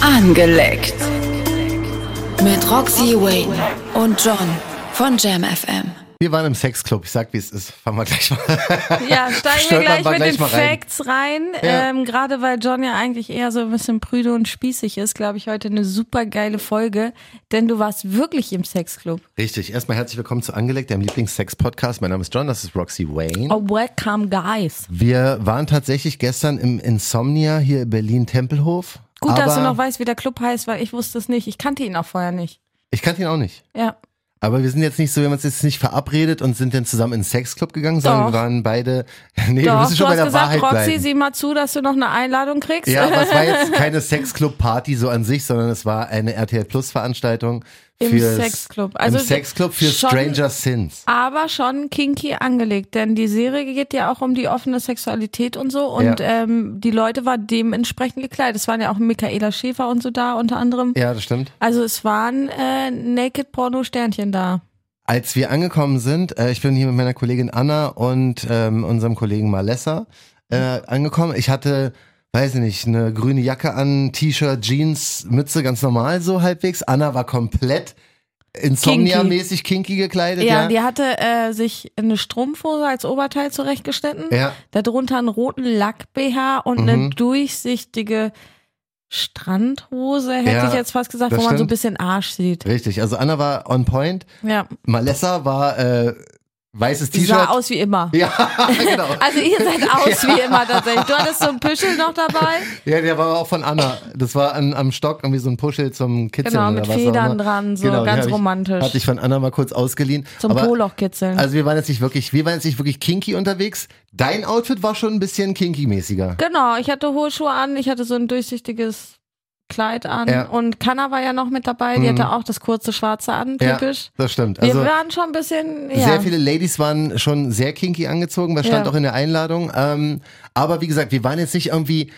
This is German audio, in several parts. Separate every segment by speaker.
Speaker 1: Angeleckt. Mit Roxy Wayne und John von Jam FM.
Speaker 2: Wir waren im Sexclub. Ich sag, wie es ist. Fangen wir gleich mal.
Speaker 3: Ja, steigen
Speaker 2: Stolpern
Speaker 3: wir gleich
Speaker 2: wir
Speaker 3: mit
Speaker 2: gleich
Speaker 3: den
Speaker 2: mal rein.
Speaker 3: Facts rein.
Speaker 2: Ja.
Speaker 3: Ähm, Gerade weil John ja eigentlich eher so ein bisschen prüde und spießig ist, glaube ich, heute eine super geile Folge. Denn du warst wirklich im Sexclub.
Speaker 2: Richtig. Erstmal herzlich willkommen zu Angelegt, deinem Lieblings-Sex-Podcast. Mein Name ist John, das ist Roxy Wayne.
Speaker 3: Oh, welcome, guys.
Speaker 2: Wir waren tatsächlich gestern im Insomnia hier in Berlin-Tempelhof.
Speaker 3: Gut,
Speaker 2: aber
Speaker 3: dass du noch weißt, wie der Club heißt, weil ich wusste es nicht. Ich kannte ihn auch vorher nicht.
Speaker 2: Ich kannte ihn auch nicht.
Speaker 3: Ja.
Speaker 2: Aber wir sind jetzt nicht so, wir haben uns jetzt nicht verabredet und sind dann zusammen in den Sexclub gegangen, sondern
Speaker 3: Doch.
Speaker 2: wir waren beide. Nee, wir
Speaker 3: Doch,
Speaker 2: müssen
Speaker 3: du
Speaker 2: schon bei
Speaker 3: hast
Speaker 2: der
Speaker 3: gesagt,
Speaker 2: Wahrheit
Speaker 3: Roxy,
Speaker 2: bleiben.
Speaker 3: sieh mal zu, dass du noch eine Einladung kriegst.
Speaker 2: Ja, aber es war jetzt keine Sexclub-Party so an sich, sondern es war eine RTL Plus-Veranstaltung
Speaker 3: Im
Speaker 2: fürs-
Speaker 3: Sexclub. Also
Speaker 2: Im Sexclub für
Speaker 3: schon-
Speaker 2: Stranger Sins.
Speaker 3: aber schon kinky angelegt, denn die Serie geht ja auch um die offene Sexualität und so und
Speaker 2: Ja.
Speaker 3: ähm, die Leute waren dementsprechend gekleidet. Es waren ja auch Michaela Schäfer und so da unter anderem.
Speaker 2: Ja, das stimmt.
Speaker 3: Also es waren äh, Naked Porno Sternchen da.
Speaker 2: Als wir angekommen sind, äh, ich bin hier mit meiner Kollegin Anna und ähm, unserem Kollegen Malessa äh, angekommen. Ich hatte, weiß ich nicht, eine grüne Jacke an, T-Shirt, Jeans, Mütze, ganz normal so halbwegs. Anna war komplett insomnia-mäßig kinky gekleidet.
Speaker 3: Ja,
Speaker 2: Ja,
Speaker 3: die hatte äh, sich eine Strumpfhose als Oberteil zurechtgeschnitten,
Speaker 2: ja.
Speaker 3: darunter einen roten Lack-BH und eine
Speaker 2: Mhm.
Speaker 3: durchsichtige Strandhose, hätte
Speaker 2: Ja,
Speaker 3: ich jetzt fast gesagt, wo
Speaker 2: das
Speaker 3: man so ein
Speaker 2: stimmt.
Speaker 3: bisschen Arsch sieht.
Speaker 2: richtig. Also Anna war on point.
Speaker 3: Ja,
Speaker 2: Malessa war äh, weißes
Speaker 3: die sah
Speaker 2: T-Shirt.
Speaker 3: aus wie immer.
Speaker 2: Ja, genau.
Speaker 3: Also ihr seid aus wie immer tatsächlich. Du hattest so einen Püschel noch dabei.
Speaker 2: Ja, der war auch von Anna. Das war an, am Stock irgendwie so ein Puschel zum Kitzeln
Speaker 3: Genau,
Speaker 2: oder
Speaker 3: mit
Speaker 2: was auch
Speaker 3: Federn
Speaker 2: immer.
Speaker 3: dran, so
Speaker 2: Genau, die
Speaker 3: ganz
Speaker 2: hab ich-
Speaker 3: romantisch.
Speaker 2: Hatte ich von Anna mal kurz ausgeliehen.
Speaker 3: Zum
Speaker 2: Aber,
Speaker 3: Poloch kitzeln.
Speaker 2: Also wir waren jetzt nicht wirklich, wir waren jetzt nicht wirklich kinky unterwegs. Dein Outfit war schon ein bisschen kinky-mäßiger.
Speaker 3: genau, ich hatte hohe Schuhe an, ich hatte so ein durchsichtiges Kleid an
Speaker 2: Ja. Mhm.
Speaker 3: und Kanna war ja noch mit dabei, die hatte auch das kurze Schwarze an,
Speaker 2: Ja,
Speaker 3: typisch.
Speaker 2: das stimmt.
Speaker 3: Wir
Speaker 2: Also
Speaker 3: waren schon ein bisschen, ja.
Speaker 2: sehr viele Ladies waren schon sehr kinky angezogen, das stand
Speaker 3: Ja.
Speaker 2: auch in der Einladung. Ähm, aber wie gesagt, wir waren jetzt nicht irgendwie,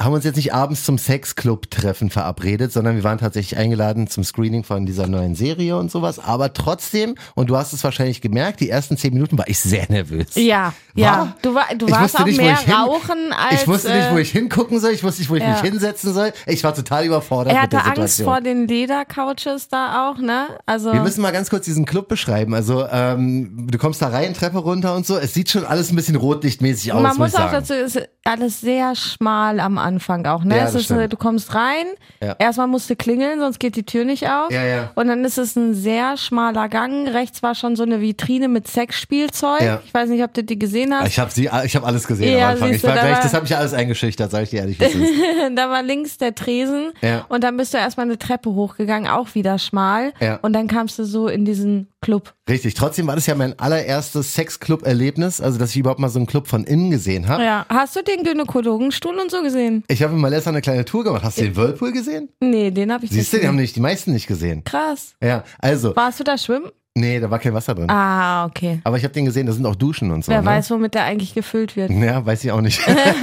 Speaker 2: haben uns jetzt nicht abends zum Sexclub-Treffen verabredet, sondern wir waren tatsächlich eingeladen zum Screening von dieser neuen Serie und sowas. Aber trotzdem, und du hast es wahrscheinlich gemerkt, die ersten zehn Minuten war ich sehr nervös.
Speaker 3: ja, ja.
Speaker 2: War?
Speaker 3: Du, war, du
Speaker 2: Ich
Speaker 3: warst
Speaker 2: wusste
Speaker 3: auch
Speaker 2: nicht, wo
Speaker 3: mehr
Speaker 2: ich hin-
Speaker 3: rauchen als
Speaker 2: ich wusste nicht, wo
Speaker 3: äh,
Speaker 2: ich hingucken soll, ich wusste nicht, wo ich
Speaker 3: ja.
Speaker 2: mich hinsetzen soll. Ich war total überfordert
Speaker 3: er
Speaker 2: mit
Speaker 3: hatte
Speaker 2: der
Speaker 3: Angst
Speaker 2: Situation.
Speaker 3: vor den Ledercouches da auch, ne? Also
Speaker 2: Wir müssen mal ganz kurz diesen Club beschreiben. Also ähm, du kommst da rein, Treppe runter und so. Es sieht schon alles ein bisschen rotlichtmäßig aus.
Speaker 3: Man muss
Speaker 2: ich sagen.
Speaker 3: auch dazu, es ist alles sehr schmal am Anfang auch, ne?
Speaker 2: Ja,
Speaker 3: es
Speaker 2: das
Speaker 3: ist, eine-
Speaker 2: stimmt.
Speaker 3: du kommst rein,
Speaker 2: Ja.
Speaker 3: erstmal musst du klingeln, sonst geht die Tür nicht auf.
Speaker 2: Ja, ja.
Speaker 3: Und dann ist es ein sehr schmaler Gang. Rechts war schon so eine Vitrine mit Sexspielzeug.
Speaker 2: Ja,
Speaker 3: Ich weiß nicht, ob du die gesehen hast.
Speaker 2: Ich habe sie, ich habe alles gesehen
Speaker 3: Ja,
Speaker 2: am Anfang.
Speaker 3: siehst
Speaker 2: Ich
Speaker 3: du,
Speaker 2: war
Speaker 3: da
Speaker 2: gleich,
Speaker 3: war-
Speaker 2: das habe ich alles eingeschüchtert, sag ich dir ehrlich. wie es ist.
Speaker 3: da war links der Tresen
Speaker 2: Ja.
Speaker 3: und dann bist du erstmal eine Treppe hochgegangen, auch wieder schmal.
Speaker 2: Ja.
Speaker 3: Und dann kamst du so in diesen Club.
Speaker 2: Richtig. Trotzdem war das ja mein allererstes Sexclub-Erlebnis, also dass ich überhaupt mal so einen Club von innen gesehen habe.
Speaker 3: Ja. Hast du den Gynäkologenstuhl und so gesehen?
Speaker 2: Ich habe mit Malessa eine kleine Tour gemacht. Hast du den Whirlpool gesehen?
Speaker 3: Nee, den habe ich
Speaker 2: Siehst du,
Speaker 3: nicht
Speaker 2: die haben
Speaker 3: gesehen.
Speaker 2: nicht, die meisten nicht gesehen.
Speaker 3: Krass.
Speaker 2: Ja, also,
Speaker 3: Warst du da schwimmen?
Speaker 2: nee, da war kein Wasser drin.
Speaker 3: Ah, okay.
Speaker 2: Aber ich habe den gesehen, da sind auch Duschen und so.
Speaker 3: Wer
Speaker 2: ne?
Speaker 3: weiß, womit der eigentlich gefüllt wird.
Speaker 2: Ja, weiß ich auch nicht.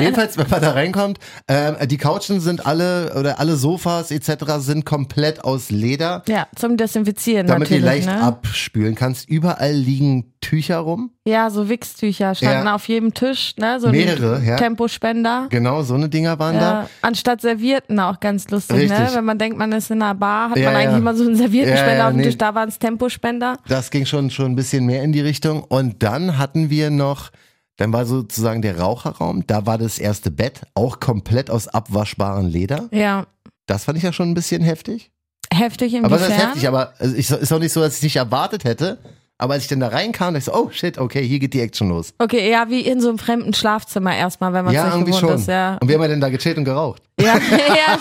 Speaker 2: Jedenfalls, wenn man da reinkommt, ähm, die Couchen sind alle oder alle Sofas etc. sind komplett aus Leder,
Speaker 3: Ja, zum Desinfizieren
Speaker 2: damit du die
Speaker 3: natürlich.
Speaker 2: leicht
Speaker 3: ne?
Speaker 2: abspülen kannst. Überall liegen Tücher rum.
Speaker 3: Ja, so Wichstücher standen
Speaker 2: Ja.
Speaker 3: auf jedem Tisch, ne? So ein
Speaker 2: Mehrere, ja.
Speaker 3: Tempospender.
Speaker 2: Genau, so eine Dinger waren da.
Speaker 3: Ja, anstatt Servierten auch ganz lustig, ne?
Speaker 2: Richtig.
Speaker 3: Wenn man denkt, man ist in einer Bar, hat
Speaker 2: Ja,
Speaker 3: man eigentlich
Speaker 2: ja.
Speaker 3: immer so einen Serviertenspender
Speaker 2: Ja, ja,
Speaker 3: auf dem
Speaker 2: nee.
Speaker 3: Tisch, da waren es Tempospender.
Speaker 2: Das ging schon, schon ein bisschen mehr in die Richtung. Und dann hatten wir noch, dann war sozusagen der Raucherraum, da war das erste Bett, auch komplett aus abwaschbarem Leder.
Speaker 3: Ja.
Speaker 2: Das fand ich ja schon ein bisschen heftig.
Speaker 3: Heftig
Speaker 2: Aber
Speaker 3: inwiefern?
Speaker 2: das ist heftig, aber also ich, ist auch nicht so, dass ich es nicht erwartet hätte. Aber als ich dann da reinkam, dachte ich so, oh shit, okay, hier geht die Action los.
Speaker 3: Okay, ja, wie in so einem fremden Schlafzimmer erstmal, wenn man es
Speaker 2: Ja,
Speaker 3: nicht
Speaker 2: irgendwie
Speaker 3: gewohnt
Speaker 2: schon.
Speaker 3: ist. Ja.
Speaker 2: Und wir haben ja dann da gechillt und geraucht.
Speaker 3: Ja, ja,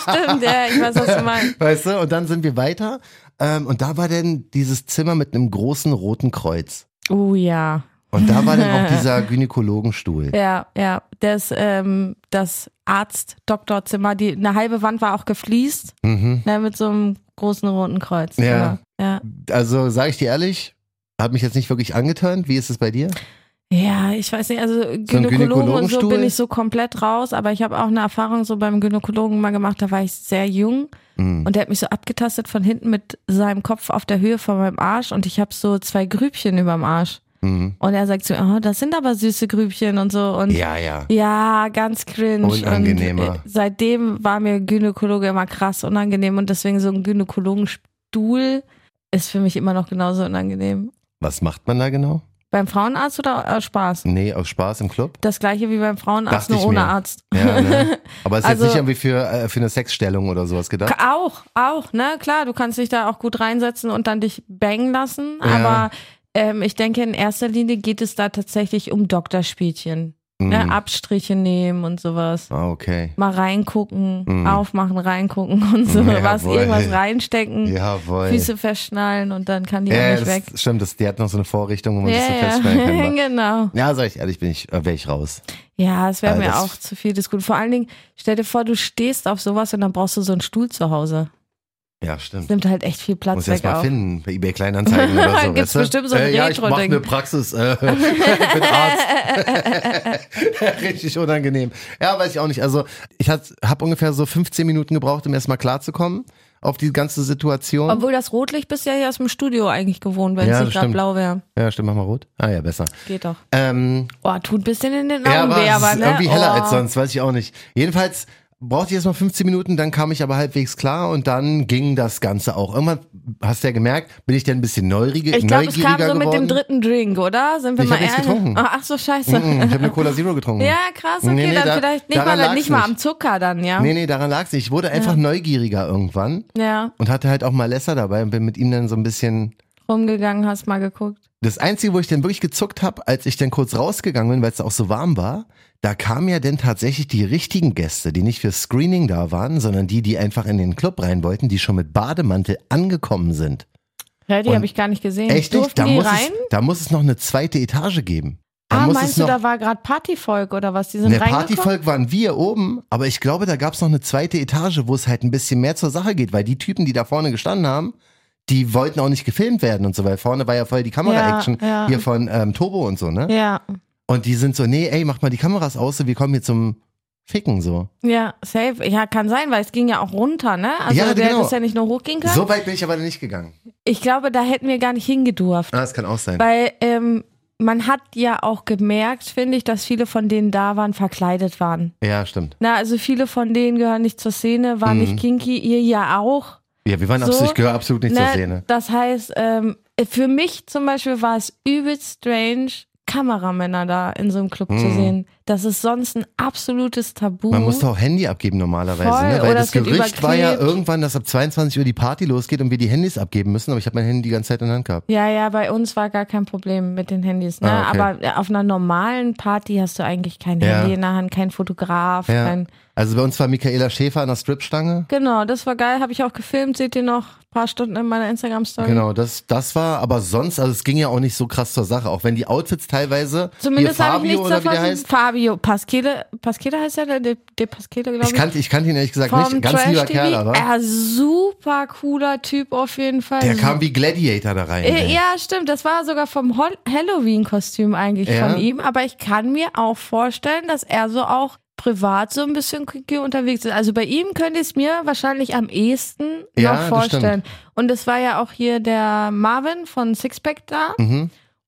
Speaker 3: stimmt, ja, ich weiß, was du meinst.
Speaker 2: Weißt du? Und dann sind wir weiter. Ähm, und da war denn dieses Zimmer mit einem großen roten Kreuz.
Speaker 3: Oh ja.
Speaker 2: Und da war dann auch dieser Gynäkologenstuhl.
Speaker 3: Ja, ja. Das, ähm, das Arzt-Doktorzimmer, die eine halbe Wand war auch gefliest,
Speaker 2: Mhm.
Speaker 3: ne, mit so einem großen roten Kreuz.
Speaker 2: Ja.
Speaker 3: Genau. ja.
Speaker 2: Also, sage ich dir ehrlich, hat mich jetzt nicht wirklich angeturnt. Wie ist es bei dir?
Speaker 3: Ja, ich weiß nicht, also Gynäkologen und so
Speaker 2: Gynäkologenstuhl?
Speaker 3: bin ich so komplett raus, aber ich habe auch eine Erfahrung so beim Gynäkologen mal gemacht, da war ich sehr jung
Speaker 2: Mhm.
Speaker 3: und der hat mich so abgetastet von hinten mit seinem Kopf auf der Höhe von meinem Arsch und ich habe so zwei Grübchen überm Arsch.
Speaker 2: Mhm.
Speaker 3: Und er sagt so, oh, das sind aber süße Grübchen und so. Und
Speaker 2: Ja, ja.
Speaker 3: Ja, ganz cringe.
Speaker 2: Unangenehmer.
Speaker 3: Und äh, seitdem war mir Gynäkologe immer krass unangenehm und deswegen so ein Gynäkologenstuhl ist für mich immer noch genauso unangenehm.
Speaker 2: Was macht man da genau?
Speaker 3: Beim Frauenarzt oder äh, Spaß?
Speaker 2: Nee, aus Spaß im Club?
Speaker 3: Das gleiche wie beim Frauenarzt,
Speaker 2: Dachte ich
Speaker 3: nur ohne
Speaker 2: mir.
Speaker 3: Arzt.
Speaker 2: Ja, ne? Aber es ist
Speaker 3: Also-
Speaker 2: jetzt nicht irgendwie für, äh, für eine Sexstellung oder sowas gedacht.
Speaker 3: Ka- Auch, auch, ne, klar, du kannst dich da auch gut reinsetzen und dann dich bangen lassen,
Speaker 2: Ja.
Speaker 3: aber ähm, ich denke, in erster Linie geht es da tatsächlich um Doktorspielchen. Ne?
Speaker 2: Mhm.
Speaker 3: Abstriche nehmen und sowas.
Speaker 2: Ah, okay.
Speaker 3: Mal reingucken,
Speaker 2: Mhm.
Speaker 3: aufmachen, reingucken und so was,
Speaker 2: Jawohl.
Speaker 3: irgendwas reinstecken,
Speaker 2: Jawohl.
Speaker 3: Füße festschnallen und dann kann die
Speaker 2: ja, das
Speaker 3: auch nicht weg.
Speaker 2: stimmt, das, die hat noch so eine Vorrichtung, wo man das so
Speaker 3: Ja,
Speaker 2: feststellen
Speaker 3: ja.
Speaker 2: kann. ne?
Speaker 3: genau.
Speaker 2: Ja, sag ich ehrlich, bin ich, äh, wäre ich raus.
Speaker 3: Ja, es wäre
Speaker 2: Also
Speaker 3: mir
Speaker 2: das-
Speaker 3: auch zu viel des Guten. Vor allen Dingen, stell dir vor, du stehst auf sowas und dann brauchst du so einen Stuhl zu Hause.
Speaker 2: Ja,
Speaker 3: Das
Speaker 2: stimmt.
Speaker 3: nimmt halt echt viel Platz
Speaker 2: Muss ich
Speaker 3: weg
Speaker 2: erst mal
Speaker 3: auch.
Speaker 2: finden, bei eBay Kleinanzeigen oder so. weißt
Speaker 3: Gibt's
Speaker 2: du?
Speaker 3: bestimmt so ein
Speaker 2: äh, Ja, ich mach
Speaker 3: Retro-Ding.
Speaker 2: eine Praxis. Äh, ich bin Arzt. Richtig unangenehm. Ja, weiß ich auch nicht. Also, ich habe ungefähr so 15 Minuten gebraucht, um erstmal klarzukommen auf die ganze Situation.
Speaker 3: Obwohl das Rotlicht bist du ja hier aus dem Studio eigentlich gewohnt, wenn
Speaker 2: Ja,
Speaker 3: es
Speaker 2: das
Speaker 3: nicht gerade
Speaker 2: stimmt.
Speaker 3: blau wäre.
Speaker 2: ja, stimmt, mach mal rot. Ah ja, besser.
Speaker 3: Geht doch.
Speaker 2: Ähm,
Speaker 3: Oh, tut ein bisschen in den
Speaker 2: Ja,
Speaker 3: Augen
Speaker 2: aber
Speaker 3: weh,
Speaker 2: es
Speaker 3: aber
Speaker 2: ist
Speaker 3: ne?
Speaker 2: irgendwie heller
Speaker 3: oh.
Speaker 2: als sonst, weiß ich auch nicht. Jedenfalls brauchte ich erstmal 15 Minuten, dann kam ich aber halbwegs klar und dann ging das Ganze auch. Irgendwann hast du ja gemerkt, bin ich dann ein bisschen neugierig,
Speaker 3: Ich glaube, es
Speaker 2: neugieriger
Speaker 3: kam so
Speaker 2: geworden.
Speaker 3: mit dem dritten Drink, oder? Sind wir
Speaker 2: Ich
Speaker 3: mal
Speaker 2: hab nichts
Speaker 3: ehrlich?
Speaker 2: getrunken.
Speaker 3: Ach ach so, scheiße.
Speaker 2: Mm, Ich habe eine Cola Zero getrunken.
Speaker 3: Ja, krass, okay,
Speaker 2: Nee, nee,
Speaker 3: dann
Speaker 2: da-
Speaker 3: vielleicht nicht,
Speaker 2: daran
Speaker 3: mal,
Speaker 2: lag's
Speaker 3: dann nicht mal
Speaker 2: nicht.
Speaker 3: am Zucker dann, ja?
Speaker 2: Nee, nee, daran lag's nicht. Ich wurde einfach neugieriger irgendwann
Speaker 3: Ja,
Speaker 2: und hatte halt auch mal Lesser dabei und bin mit ihm dann so ein bisschen.
Speaker 3: rumgegangen, hast mal geguckt.
Speaker 2: Das Einzige, wo ich dann wirklich gezuckt habe, als ich dann kurz rausgegangen bin, weil es da auch so warm war, da kamen ja dann tatsächlich die richtigen Gäste, die nicht für Screening da waren, sondern die, die einfach in den Club rein wollten, die schon mit Bademantel angekommen sind.
Speaker 3: Ja, die
Speaker 2: Und-
Speaker 3: habe ich gar nicht gesehen.
Speaker 2: Echt nicht?
Speaker 3: Durften
Speaker 2: Da
Speaker 3: die
Speaker 2: muss,
Speaker 3: rein?
Speaker 2: es, da muss es noch eine zweite Etage geben. Da
Speaker 3: ah,
Speaker 2: muss es
Speaker 3: meinst du,
Speaker 2: noch,
Speaker 3: da war gerade Partyvolk oder was? Die sind
Speaker 2: Ne,
Speaker 3: reingekommen?
Speaker 2: Partyvolk waren wir oben, aber ich glaube, da gab es noch eine zweite Etage, wo es halt ein bisschen mehr zur Sache geht, weil die Typen, die da vorne gestanden haben, die wollten auch nicht gefilmt werden und so, weil vorne war ja voll die Kamera-Action
Speaker 3: Ja, ja.
Speaker 2: hier von ähm, Turbo und so, ne?
Speaker 3: Ja,
Speaker 2: Und die sind so, nee, ey, mach mal die Kameras aus, so, wir kommen hier zum Ficken so.
Speaker 3: ja, safe. Ja, kann sein, weil es ging ja auch runter, ne? Also
Speaker 2: Ja,
Speaker 3: der
Speaker 2: genau.
Speaker 3: das ja nicht nur hochgehen kann.
Speaker 2: So weit bin ich aber nicht gegangen.
Speaker 3: Ich glaube, da hätten wir gar nicht hingedurft.
Speaker 2: Ah, das kann auch sein.
Speaker 3: Weil ähm, man hat ja auch gemerkt, finde ich, dass viele von denen da waren, verkleidet waren.
Speaker 2: Ja, stimmt.
Speaker 3: Na, also viele von denen gehören nicht zur Szene,
Speaker 2: Mhm.
Speaker 3: waren nicht kinky, ihr ja auch.
Speaker 2: Ja, wir waren
Speaker 3: So,
Speaker 2: absolut, ich gehöre absolut nicht zur
Speaker 3: Ne,
Speaker 2: Szene.
Speaker 3: Das heißt, ähm, für mich zum Beispiel war es übelst strange, Kameramänner da in so einem Club zu sehen. Das ist sonst ein absolutes Tabu.
Speaker 2: Mhm. Man musste auch Handy abgeben normalerweise,
Speaker 3: Mhm. Voll,
Speaker 2: ne? Weil
Speaker 3: oder
Speaker 2: das
Speaker 3: es wird
Speaker 2: Gerücht war ja
Speaker 3: überklebt.
Speaker 2: irgendwann, dass ab 22 Uhr die Party losgeht und wir die Handys abgeben müssen, aber ich habe mein Handy die ganze Zeit in der Hand gehabt.
Speaker 3: ja, ja, bei uns war gar kein Problem mit den Handys. Ne?
Speaker 2: Ah, okay.
Speaker 3: Aber auf einer normalen Party hast du eigentlich kein
Speaker 2: Ja.
Speaker 3: Handy in der Hand, kein Fotograf,
Speaker 2: Ja.
Speaker 3: kein.
Speaker 2: Also bei uns war Michaela Schäfer an der Stripstange.
Speaker 3: Genau, das war geil, habe ich auch gefilmt, seht ihr noch ein paar Stunden in meiner Instagram-Story.
Speaker 2: Genau, das, das war, aber sonst, also es ging ja auch nicht so krass zur Sache, auch wenn die Outfits teilweise.
Speaker 3: Zumindest
Speaker 2: hier
Speaker 3: habe ich
Speaker 2: Fabio
Speaker 3: nichts
Speaker 2: oder wie der
Speaker 3: davon.
Speaker 2: heißt.
Speaker 3: Fabio, Pasquele, Pasquele heißt ja der, der, der Pasquele, glaube ich.
Speaker 2: Ich kannte, ich kannte ihn ehrlich gesagt
Speaker 3: vom
Speaker 2: nicht. Ganz
Speaker 3: Trash
Speaker 2: lieber
Speaker 3: TV.
Speaker 2: Kerl, aber.
Speaker 3: Ja, super cooler Typ auf jeden Fall.
Speaker 2: Der kam wie Gladiator da rein.
Speaker 3: Ähm, Äh,
Speaker 2: ey.
Speaker 3: ja, stimmt. Das war sogar vom Hol- Halloween-Kostüm eigentlich
Speaker 2: Ja.
Speaker 3: von ihm. Aber ich kann mir auch vorstellen, dass er so auch privat so ein bisschen kinky unterwegs ist. Also bei ihm könnte ich es mir wahrscheinlich am ehesten
Speaker 2: Ja,
Speaker 3: noch
Speaker 2: das
Speaker 3: vorstellen. Und es war ja auch hier der Marvin von Sixpack da.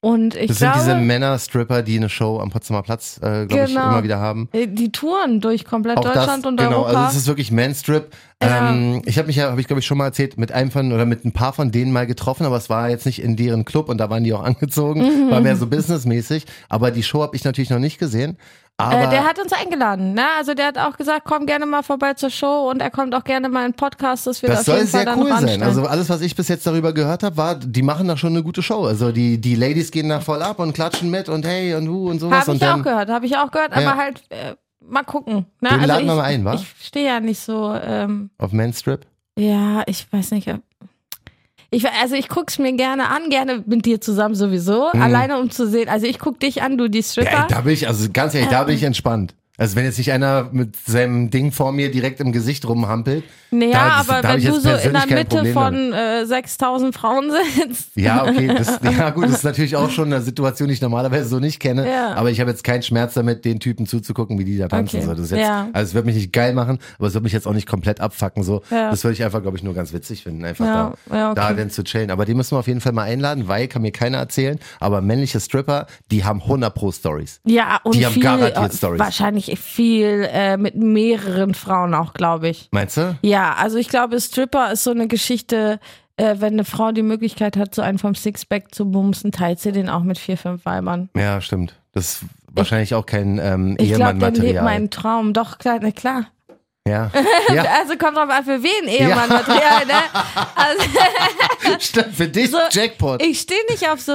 Speaker 3: Und ich
Speaker 2: Mhm. Das sind
Speaker 3: glaube,
Speaker 2: diese Männer-Stripper, die eine Show am Potsdamer Platz, äh, glaube ich,
Speaker 3: Genau.
Speaker 2: immer wieder haben.
Speaker 3: äh, die Touren durch komplett
Speaker 2: Auch
Speaker 3: Deutschland
Speaker 2: das,
Speaker 3: und
Speaker 2: genau,
Speaker 3: Europa.
Speaker 2: also es ist wirklich Man-Strip. Ähm, ich habe mich ja, habe ich glaube ich schon mal erzählt, mit einem von oder mit ein paar von denen mal getroffen, aber es war jetzt nicht in deren Club und da waren die auch angezogen,
Speaker 3: Mhm.
Speaker 2: war mehr so businessmäßig. Aber die Show habe ich natürlich noch nicht gesehen. Aber
Speaker 3: Äh, der hat uns eingeladen, ne? Also der hat auch gesagt, komm gerne mal vorbei zur Show und er kommt auch gerne mal in den Podcast, dass wir
Speaker 2: das
Speaker 3: da auf
Speaker 2: soll
Speaker 3: jeden Fall
Speaker 2: sehr
Speaker 3: dann
Speaker 2: cool
Speaker 3: noch
Speaker 2: sein.
Speaker 3: anstellen.
Speaker 2: Also alles, was ich bis jetzt darüber gehört habe, war, die machen da schon eine gute Show. Also die, die Ladies gehen da voll ab und klatschen mit und hey und hu und sowas.
Speaker 3: habe ich
Speaker 2: und dann,
Speaker 3: auch gehört, habe ich auch gehört,
Speaker 2: Ja.
Speaker 3: aber halt äh, mal gucken. Ne?
Speaker 2: Den
Speaker 3: also
Speaker 2: laden
Speaker 3: ich,
Speaker 2: wir mal ein, wa?
Speaker 3: Ich stehe ja nicht so, ähm,
Speaker 2: Auf Manstrip?
Speaker 3: ja, ich weiß nicht. ob- Ich, we- also ich guck's mir gerne an, gerne mit dir zusammen
Speaker 2: Mhm.
Speaker 3: sowieso, alleine um zu sehen. Also ich guck dich an, du die Stripper. Ähm.
Speaker 2: Ja, da bin ich, also ganz ehrlich, da bin ich entspannt. Also wenn jetzt nicht einer mit seinem Ding vor mir direkt im Gesicht rumhampelt.
Speaker 3: Naja,
Speaker 2: da, das-
Speaker 3: aber
Speaker 2: da hab
Speaker 3: wenn
Speaker 2: ich
Speaker 3: du
Speaker 2: jetzt
Speaker 3: so in
Speaker 2: persönlich
Speaker 3: der
Speaker 2: kein
Speaker 3: Mitte
Speaker 2: Problem damit.
Speaker 3: von äh, 6000 Frauen sitzt.
Speaker 2: Ja, okay, das, ja gut, das ist natürlich auch schon eine Situation, die ich normalerweise so nicht kenne.
Speaker 3: Ja.
Speaker 2: Aber ich habe jetzt keinen Schmerz damit, den Typen zuzugucken, wie die da tanzen.
Speaker 3: Okay.
Speaker 2: So, das ist jetzt,
Speaker 3: Ja.
Speaker 2: Also es wird mich nicht geil machen, aber es wird mich jetzt auch nicht komplett abfacken. So.
Speaker 3: Ja.
Speaker 2: Das würde ich einfach, glaube ich, nur ganz witzig finden, einfach
Speaker 3: Ja,
Speaker 2: da,
Speaker 3: ja, okay.
Speaker 2: da dann zu chillen. Aber die müssen wir auf jeden Fall mal einladen, weil kann mir keiner erzählen. Aber männliche Stripper, die haben 100 pro Stories.
Speaker 3: Ja, und
Speaker 2: Die haben
Speaker 3: viel, äh,
Speaker 2: garantiert Stories.
Speaker 3: wahrscheinlich viel äh, mit mehreren Frauen auch, glaube ich.
Speaker 2: Meinst du?
Speaker 3: Ja, also ich glaube, Stripper ist so eine Geschichte, äh, wenn eine Frau die Möglichkeit hat, so einen vom Sixpack zu bumsen, teilt sie den auch mit vier, fünf Weibern.
Speaker 2: Ja, stimmt. Das ist wahrscheinlich auch kein ähm,
Speaker 3: Ich glaube, der lebt
Speaker 2: Ehemann-Material.
Speaker 3: meinen Traum. Doch, klar, na klar.
Speaker 2: Ja. ja,
Speaker 3: Also kommt drauf an, für wen Ehemann-Material, ne? Also,
Speaker 2: stimmt. Für dich
Speaker 3: So,
Speaker 2: Jackpot.
Speaker 3: ich stehe nicht auf so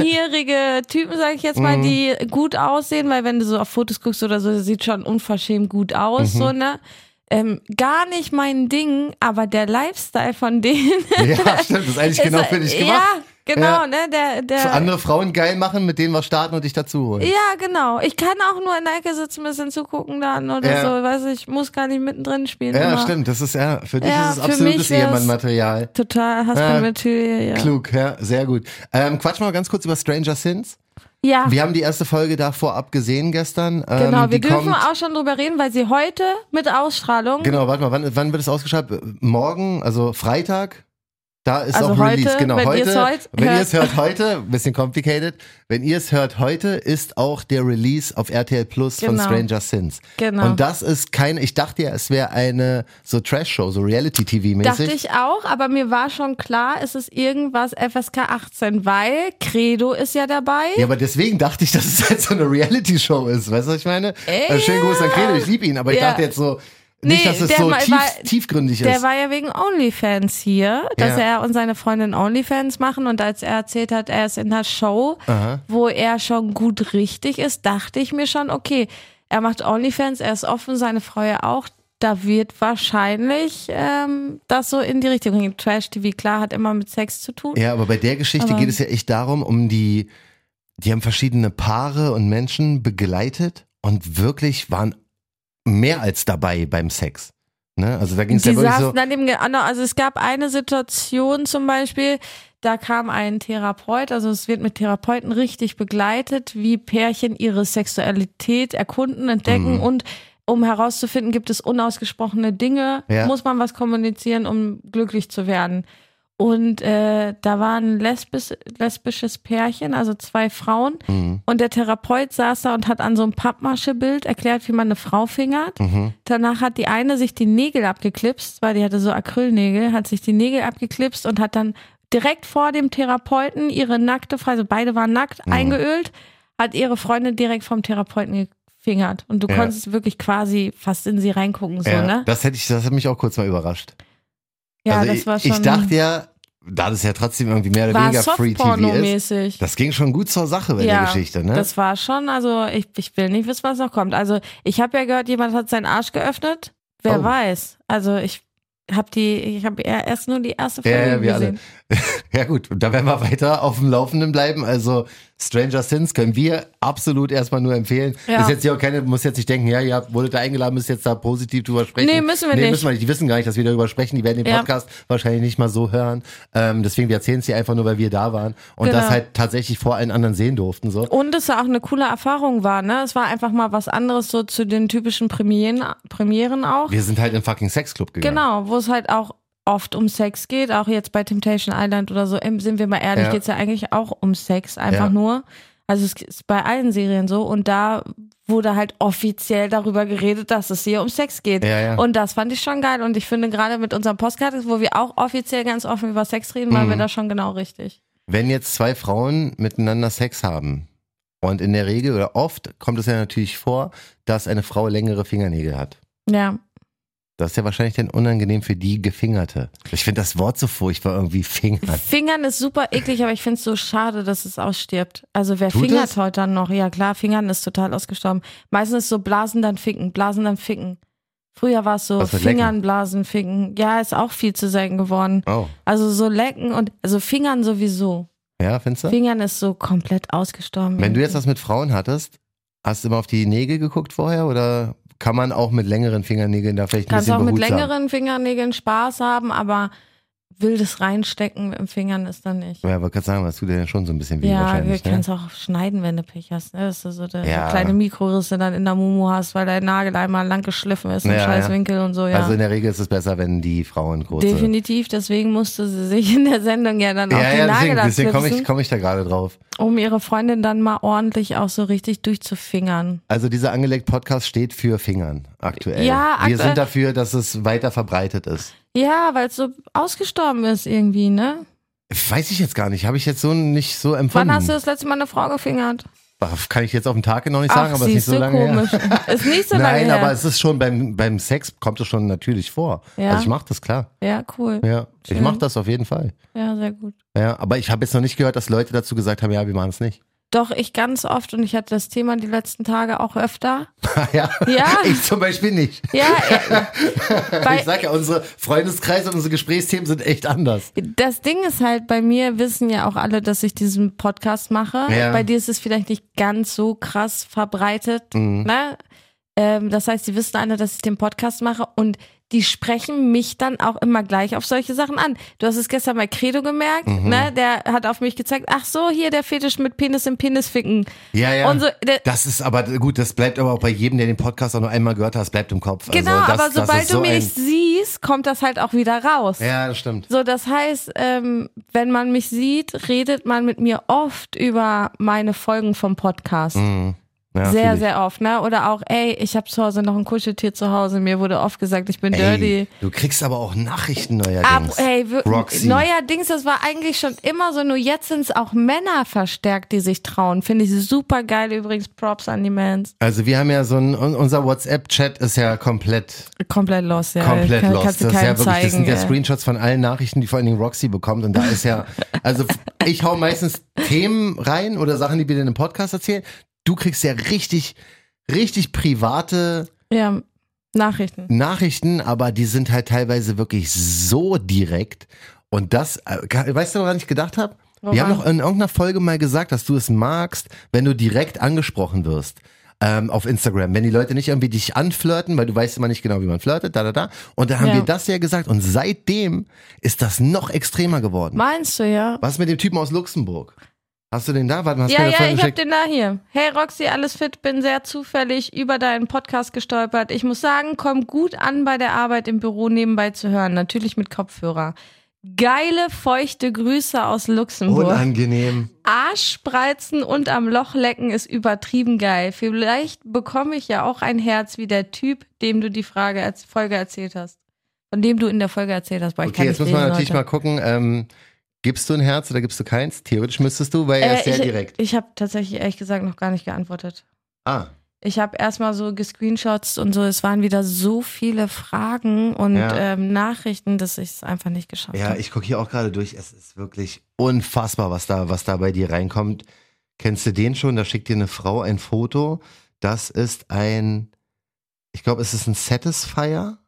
Speaker 3: schmierige Typen, sage ich jetzt
Speaker 2: Mhm.
Speaker 3: mal, die gut aussehen, weil wenn du so auf Fotos guckst oder so, sieht schon unverschämt gut aus,
Speaker 2: Mhm.
Speaker 3: so, ne? Ähm, gar nicht mein Ding, aber der Lifestyle von denen.
Speaker 2: ja, stimmt. Das ist eigentlich genau
Speaker 3: ist,
Speaker 2: für dich gemacht.
Speaker 3: Ja, genau, ne? Der,
Speaker 2: Für
Speaker 3: der,
Speaker 2: andere Frauen geil machen, mit denen wir starten und dich dazu holen.
Speaker 3: ja, genau. Ich kann auch nur in der Ecke sitzen, ein bisschen zugucken dann oder
Speaker 2: Ja.
Speaker 3: so, weiß ich, muss gar nicht mittendrin spielen.
Speaker 2: Ja,
Speaker 3: immer.
Speaker 2: stimmt. Das ist ja, für dich
Speaker 3: Ja,
Speaker 2: ist es
Speaker 3: für
Speaker 2: absolutes
Speaker 3: mich wär's-
Speaker 2: Ehemann-Material.
Speaker 3: Total
Speaker 2: Ja.
Speaker 3: Husband Material, ja.
Speaker 2: Klug, ja, sehr gut. Ähm, quatsch mal ganz kurz über Stranger Things.
Speaker 3: Ja,
Speaker 2: Wir haben die erste Folge da vorab gesehen gestern. Ähm,
Speaker 3: genau. Wir
Speaker 2: die
Speaker 3: dürfen
Speaker 2: kommt,
Speaker 3: auch schon drüber reden, weil sie heute mit Ausstrahlung
Speaker 2: Genau, warte mal, wann, wann wird es ausgeschaltet? Äh, Morgen, also Freitag? Da ist
Speaker 3: Also
Speaker 2: auch
Speaker 3: heute,
Speaker 2: Release, genau.
Speaker 3: wenn
Speaker 2: heute,
Speaker 3: ihr's heut-
Speaker 2: wenn
Speaker 3: hört.
Speaker 2: ihr es hört heute, bisschen complicated, wenn ihr es hört heute, ist auch der Release auf RTL Plus von
Speaker 3: Genau.
Speaker 2: Stranger Things.
Speaker 3: Genau.
Speaker 2: Und das ist keine, ich dachte ja, es wäre eine so Trash-Show, so
Speaker 3: Dachte
Speaker 2: Reality-TV-mäßig.
Speaker 3: ich auch, aber mir war schon klar, es ist irgendwas FSK 18, weil Credo ist ja dabei.
Speaker 2: Ja, aber deswegen dachte ich, dass es halt so eine Reality-Show ist. Weißt du, was ich meine? Äh, schönen Gruß an Credo, ich liebe ihn, aber ich
Speaker 3: Ja.
Speaker 2: dachte jetzt so, nicht,
Speaker 3: Nee,
Speaker 2: dass es
Speaker 3: der
Speaker 2: so
Speaker 3: war-
Speaker 2: tief,
Speaker 3: war-
Speaker 2: tiefgründig
Speaker 3: Der
Speaker 2: ist.
Speaker 3: war ja wegen OnlyFans hier, dass
Speaker 2: Ja.
Speaker 3: er und seine Freundin OnlyFans machen. Und als er erzählt hat, er ist in einer Show, wo er schon gut richtig ist, dachte ich mir schon, okay, er macht OnlyFans, er ist offen, seine Frau ja auch. Da wird wahrscheinlich ähm, das so in die Richtung gehen. Trash-TV, klar, hat immer mit Sex zu tun.
Speaker 2: Ja, aber bei der Geschichte
Speaker 3: Aber-
Speaker 2: geht es ja echt darum, um die, die haben verschiedene Paare und Menschen begleitet und wirklich waren mehr als dabei beim Sex. Ne? Also da ging es ja
Speaker 3: Die
Speaker 2: wirklich
Speaker 3: saßen
Speaker 2: so.
Speaker 3: dann eben, ge- ah, no, also es gab eine Situation zum Beispiel, da kam ein Therapeut, also es wird mit Therapeuten richtig begleitet, wie Pärchen ihre Sexualität erkunden,
Speaker 2: Mhm.
Speaker 3: entdecken und um herauszufinden, gibt es unausgesprochene Dinge,
Speaker 2: Ja.
Speaker 3: muss man was kommunizieren, um glücklich zu werden. Und äh, da war ein lesbis, lesbisches Pärchen, also zwei Frauen.
Speaker 2: Mhm.
Speaker 3: Und der Therapeut saß da und hat an so einem Pappmaschebild erklärt, wie man eine Frau fingert.
Speaker 2: Mhm.
Speaker 3: Danach hat die eine sich die Nägel abgeklipst, weil die hatte so Acrylnägel, hat sich die Nägel abgeklipst und hat dann direkt vor dem Therapeuten ihre nackte Frau, also beide waren
Speaker 2: Mhm.
Speaker 3: nackt, eingeölt, hat ihre Freundin direkt vom Therapeuten gefingert. Und du
Speaker 2: Ja.
Speaker 3: konntest wirklich quasi fast in sie reingucken, so,
Speaker 2: ja,
Speaker 3: ne?
Speaker 2: Das hätte ich, das hat mich auch kurz mal überrascht.
Speaker 3: Ja,
Speaker 2: also
Speaker 3: das
Speaker 2: ich,
Speaker 3: war schon.
Speaker 2: ich dachte ja, da das ja trotzdem irgendwie mehr oder
Speaker 3: war
Speaker 2: weniger Free TV ist,
Speaker 3: Softporno-mäßig.
Speaker 2: das ging schon gut zur Sache bei
Speaker 3: ja,
Speaker 2: der Geschichte, ne?
Speaker 3: Das war schon, also ich, ich will nicht wissen, was noch kommt. Also ich habe ja gehört, jemand hat seinen Arsch geöffnet. Wer
Speaker 2: Oh.
Speaker 3: weiß. Also ich habe die, ich habe erst nur die erste Folge
Speaker 2: Ja, ja, wir alle.
Speaker 3: gesehen.
Speaker 2: Ja gut, und da werden wir weiter auf dem Laufenden bleiben. Also Stranger Things können wir absolut erstmal nur empfehlen.
Speaker 3: Ja.
Speaker 2: Ist jetzt hier auch keine, muss jetzt nicht denken, ja, ihr habt- wurdet da eingeladen, müsst jetzt da positiv drüber sprechen.
Speaker 3: Nee, müssen wir nicht.
Speaker 2: Müssen wir nicht. Die wissen gar nicht, dass wir darüber sprechen. Die werden den
Speaker 3: Ja.
Speaker 2: Podcast wahrscheinlich nicht mal so hören. Ähm, deswegen, wir erzählen es dir einfach nur, weil wir da waren und
Speaker 3: Genau.
Speaker 2: das halt tatsächlich vor allen anderen sehen durften. So.
Speaker 3: Und es auch eine coole Erfahrung war, ne? Es war einfach mal was anderes so zu den typischen Premieren, Premieren auch.
Speaker 2: Wir sind halt im fucking Sexclub gegangen.
Speaker 3: Genau, wo es halt auch oft um Sex geht, auch jetzt bei Temptation Island oder so, ähm, sind wir mal ehrlich,
Speaker 2: Ja.
Speaker 3: geht's ja eigentlich auch um Sex, einfach
Speaker 2: Ja.
Speaker 3: nur. Also es ist bei allen Serien so und da wurde halt offiziell darüber geredet, dass es hier um Sex geht.
Speaker 2: Ja, ja.
Speaker 3: Und das fand ich schon geil und ich finde gerade mit unserem Postcard, wo wir auch offiziell ganz offen über Sex reden, waren
Speaker 2: Mhm.
Speaker 3: wir da schon genau richtig.
Speaker 2: Wenn jetzt zwei Frauen miteinander Sex haben und in der Regel oder oft kommt es ja natürlich vor, dass eine Frau längere Fingernägel hat.
Speaker 3: Ja.
Speaker 2: Das ist ja wahrscheinlich dann unangenehm für die Gefingerte. Ich finde das Wort so furchtbar irgendwie fingern.
Speaker 3: Fingern ist super eklig, aber ich finde es so schade, dass es ausstirbt. Also wer
Speaker 2: Tut
Speaker 3: fingert
Speaker 2: es?
Speaker 3: heute dann noch? Ja klar, Fingern ist total ausgestorben. Meistens ist so Blasen dann ficken, Blasen dann ficken. Früher war es so
Speaker 2: Was mit
Speaker 3: Fingern,
Speaker 2: Lecken?
Speaker 3: Blasen, ficken. Ja, ist auch viel zu selten geworden.
Speaker 2: Oh,
Speaker 3: Also so lecken und also Fingern sowieso.
Speaker 2: ja, findest du?
Speaker 3: Fingern ist so komplett ausgestorben.
Speaker 2: Wenn du jetzt was mit Frauen hattest, Hast du immer auf die Nägel geguckt vorher oder kann man auch mit längeren Fingernägeln da vielleicht ein
Speaker 3: Kannst
Speaker 2: bisschen
Speaker 3: auch mit
Speaker 2: behutsam?
Speaker 3: längeren Fingernägeln Spaß haben, aber wildes Reinstecken mit den Fingern ist dann nicht.
Speaker 2: Ja, aber kannst sagen, das tut dir ja schon so ein bisschen weh
Speaker 3: Ja, wir
Speaker 2: wahrscheinlich. Ne?
Speaker 3: können es auch schneiden, wenn du Pech hast. Ne? Dass du so de,
Speaker 2: Ja.
Speaker 3: so kleine Mikrorisse dann in der Mumu hast, weil dein Nagel einmal lang geschliffen ist, ein
Speaker 2: Ja,
Speaker 3: scheiß
Speaker 2: ja.
Speaker 3: Winkel und so. Ja.
Speaker 2: Also in der Regel ist es besser, wenn die Frauen kurze.
Speaker 3: Definitiv, deswegen musste sie sich in der Sendung ja dann auch
Speaker 2: Ja,
Speaker 3: die
Speaker 2: ja,
Speaker 3: Nagel
Speaker 2: deswegen, deswegen komme ich,
Speaker 3: abklipsen,
Speaker 2: komm ich da gerade drauf.
Speaker 3: um ihre Freundin dann mal ordentlich auch so richtig durchzufingern.
Speaker 2: Also dieser angelegt Podcast steht für Fingern aktuell.
Speaker 3: Ja,
Speaker 2: Wir
Speaker 3: aktuell-
Speaker 2: sind dafür, dass es weiter verbreitet ist.
Speaker 3: Ja, weil es so ausgestorben ist irgendwie, ne?
Speaker 2: Weiß ich jetzt gar nicht. Habe ich jetzt so nicht so empfunden.
Speaker 3: Wann hast du das letzte Mal eine Frau gefingert?
Speaker 2: Ach, Kann ich jetzt auf den Tag genau nicht sagen,
Speaker 3: Ach,
Speaker 2: aber es ist nicht
Speaker 3: siehst
Speaker 2: so
Speaker 3: du,
Speaker 2: lange
Speaker 3: komisch.
Speaker 2: her.
Speaker 3: Ist nicht so
Speaker 2: Nein,
Speaker 3: lange
Speaker 2: aber
Speaker 3: her.
Speaker 2: es ist schon beim, beim Sex kommt es schon natürlich vor.
Speaker 3: Ja.
Speaker 2: Also ich mache das klar.
Speaker 3: Ja, cool.
Speaker 2: Ja, ich
Speaker 3: Schön.
Speaker 2: mache das auf jeden Fall.
Speaker 3: Ja, sehr gut.
Speaker 2: Ja, aber ich habe jetzt noch nicht gehört, dass Leute dazu gesagt haben, ja, wir machen es nicht.
Speaker 3: Doch, ich ganz oft und ich hatte das Thema die letzten Tage auch öfter.
Speaker 2: ja.
Speaker 3: Ja.
Speaker 2: Ich zum Beispiel nicht.
Speaker 3: Ja,
Speaker 2: ich
Speaker 3: weil
Speaker 2: sag ja, unsere Freundeskreise und unsere Gesprächsthemen sind echt anders.
Speaker 3: das Ding ist halt, bei mir wissen ja auch alle, dass ich diesen Podcast mache.
Speaker 2: Ja.
Speaker 3: Bei dir ist es vielleicht nicht ganz so krass verbreitet.
Speaker 2: Mhm.
Speaker 3: Ne? Ähm, das heißt, sie wissen alle, dass ich den Podcast mache und die sprechen mich dann auch immer gleich auf solche Sachen an. Du hast es gestern bei Credo gemerkt,
Speaker 2: Mhm.
Speaker 3: ne? Der hat auf mich gezeigt, ach so, hier der Fetisch mit Penis im Penis ficken.
Speaker 2: Ja, ja.
Speaker 3: Und so, der-
Speaker 2: das ist aber gut, das bleibt aber auch bei jedem, der den Podcast auch nur einmal gehört hat, das bleibt im Kopf.
Speaker 3: Genau,
Speaker 2: also das,
Speaker 3: aber
Speaker 2: das
Speaker 3: sobald
Speaker 2: ist so
Speaker 3: du
Speaker 2: ein,
Speaker 3: mich siehst, kommt das halt auch wieder raus.
Speaker 2: Ja, das stimmt.
Speaker 3: So, das heißt, ähm, wenn man mich sieht, redet man mit mir oft über meine Folgen vom Podcast.
Speaker 2: Mhm, Ja,
Speaker 3: sehr,
Speaker 2: fühl ich.
Speaker 3: sehr oft, ne? Oder auch, ey, ich habe zu Hause noch ein Kuscheltier zu Hause. Mir wurde oft gesagt, ich bin
Speaker 2: Ey,
Speaker 3: dirty.
Speaker 2: du kriegst aber auch Nachrichten
Speaker 3: Ab,
Speaker 2: neuerdings.
Speaker 3: ey, wir-
Speaker 2: Roxy.
Speaker 3: neuerdings, das war eigentlich schon immer so, nur jetzt sind es auch Männer verstärkt, die sich trauen. Finde ich super geil übrigens. Props an die Mans.
Speaker 2: Also wir haben ja so ein, un- unser WhatsApp-Chat ist ja komplett,
Speaker 3: Komplett los, ja.
Speaker 2: komplett
Speaker 3: Kann,
Speaker 2: lost.
Speaker 3: Kannst du
Speaker 2: Das, ist ja
Speaker 3: keinem
Speaker 2: wirklich, das
Speaker 3: zeigen.
Speaker 2: sind ja
Speaker 3: ey.
Speaker 2: Screenshots von allen Nachrichten, die vor allen Dingen Roxy bekommt. Und da ist ja, also f- ich hau meistens Themen rein oder Sachen, die wir in einem Podcast erzählen. Du kriegst ja richtig, richtig private
Speaker 3: ja, Nachrichten.
Speaker 2: Nachrichten, aber die sind halt teilweise wirklich so direkt. Und das, äh, ge- weißt du, woran ich gedacht habe? Wir haben
Speaker 3: Woran?
Speaker 2: noch in irgendeiner Folge mal gesagt, dass du es magst, wenn du direkt angesprochen wirst. Ähm, auf Instagram, wenn die Leute nicht irgendwie dich anflirten, weil du weißt immer nicht genau, wie man flirtet, da, da, da. Und da haben
Speaker 3: Ja.
Speaker 2: wir das ja gesagt und seitdem ist das noch extremer geworden.
Speaker 3: Meinst du, ja?
Speaker 2: Was mit dem Typen aus Luxemburg? Hast du den da? Warte, mal, hast du
Speaker 3: Ja,
Speaker 2: mir das
Speaker 3: ja,
Speaker 2: vorhin
Speaker 3: ich hab
Speaker 2: geschickt?
Speaker 3: den da hier. Hey Roxy, alles fit, bin sehr zufällig über deinen Podcast gestolpert. Ich muss sagen, komm gut an bei der Arbeit im Büro nebenbei zu hören, natürlich mit Kopfhörer. Geile, feuchte Grüße aus Luxemburg.
Speaker 2: Unangenehm.
Speaker 3: Arschspreizen und am Loch lecken ist übertrieben geil. Vielleicht bekomme ich ja auch ein Herz wie der Typ, dem du die Frage als Folge erzählt hast. Von dem du in der Folge erzählt hast. Boah, ich
Speaker 2: Okay,
Speaker 3: kann
Speaker 2: jetzt
Speaker 3: nicht
Speaker 2: muss man
Speaker 3: lesen
Speaker 2: natürlich
Speaker 3: heute.
Speaker 2: mal gucken, ähm, gibst du ein Herz oder gibst du keins? Theoretisch müsstest du, weil er ist
Speaker 3: äh,
Speaker 2: sehr
Speaker 3: ich
Speaker 2: direkt.
Speaker 3: ich habe tatsächlich ehrlich gesagt noch gar nicht geantwortet.
Speaker 2: Ah,
Speaker 3: Ich habe erstmal so gescreenshots und so, es waren wieder so viele Fragen und
Speaker 2: Ja.
Speaker 3: ähm, Nachrichten, dass ich es einfach nicht geschafft
Speaker 2: ja,
Speaker 3: habe.
Speaker 2: ich gucke hier auch gerade durch. Es ist wirklich unfassbar, was da, was da bei dir reinkommt. Kennst du den schon? Da schickt dir eine Frau ein Foto. Das ist ein, ich glaube, es ist ein Satisfier.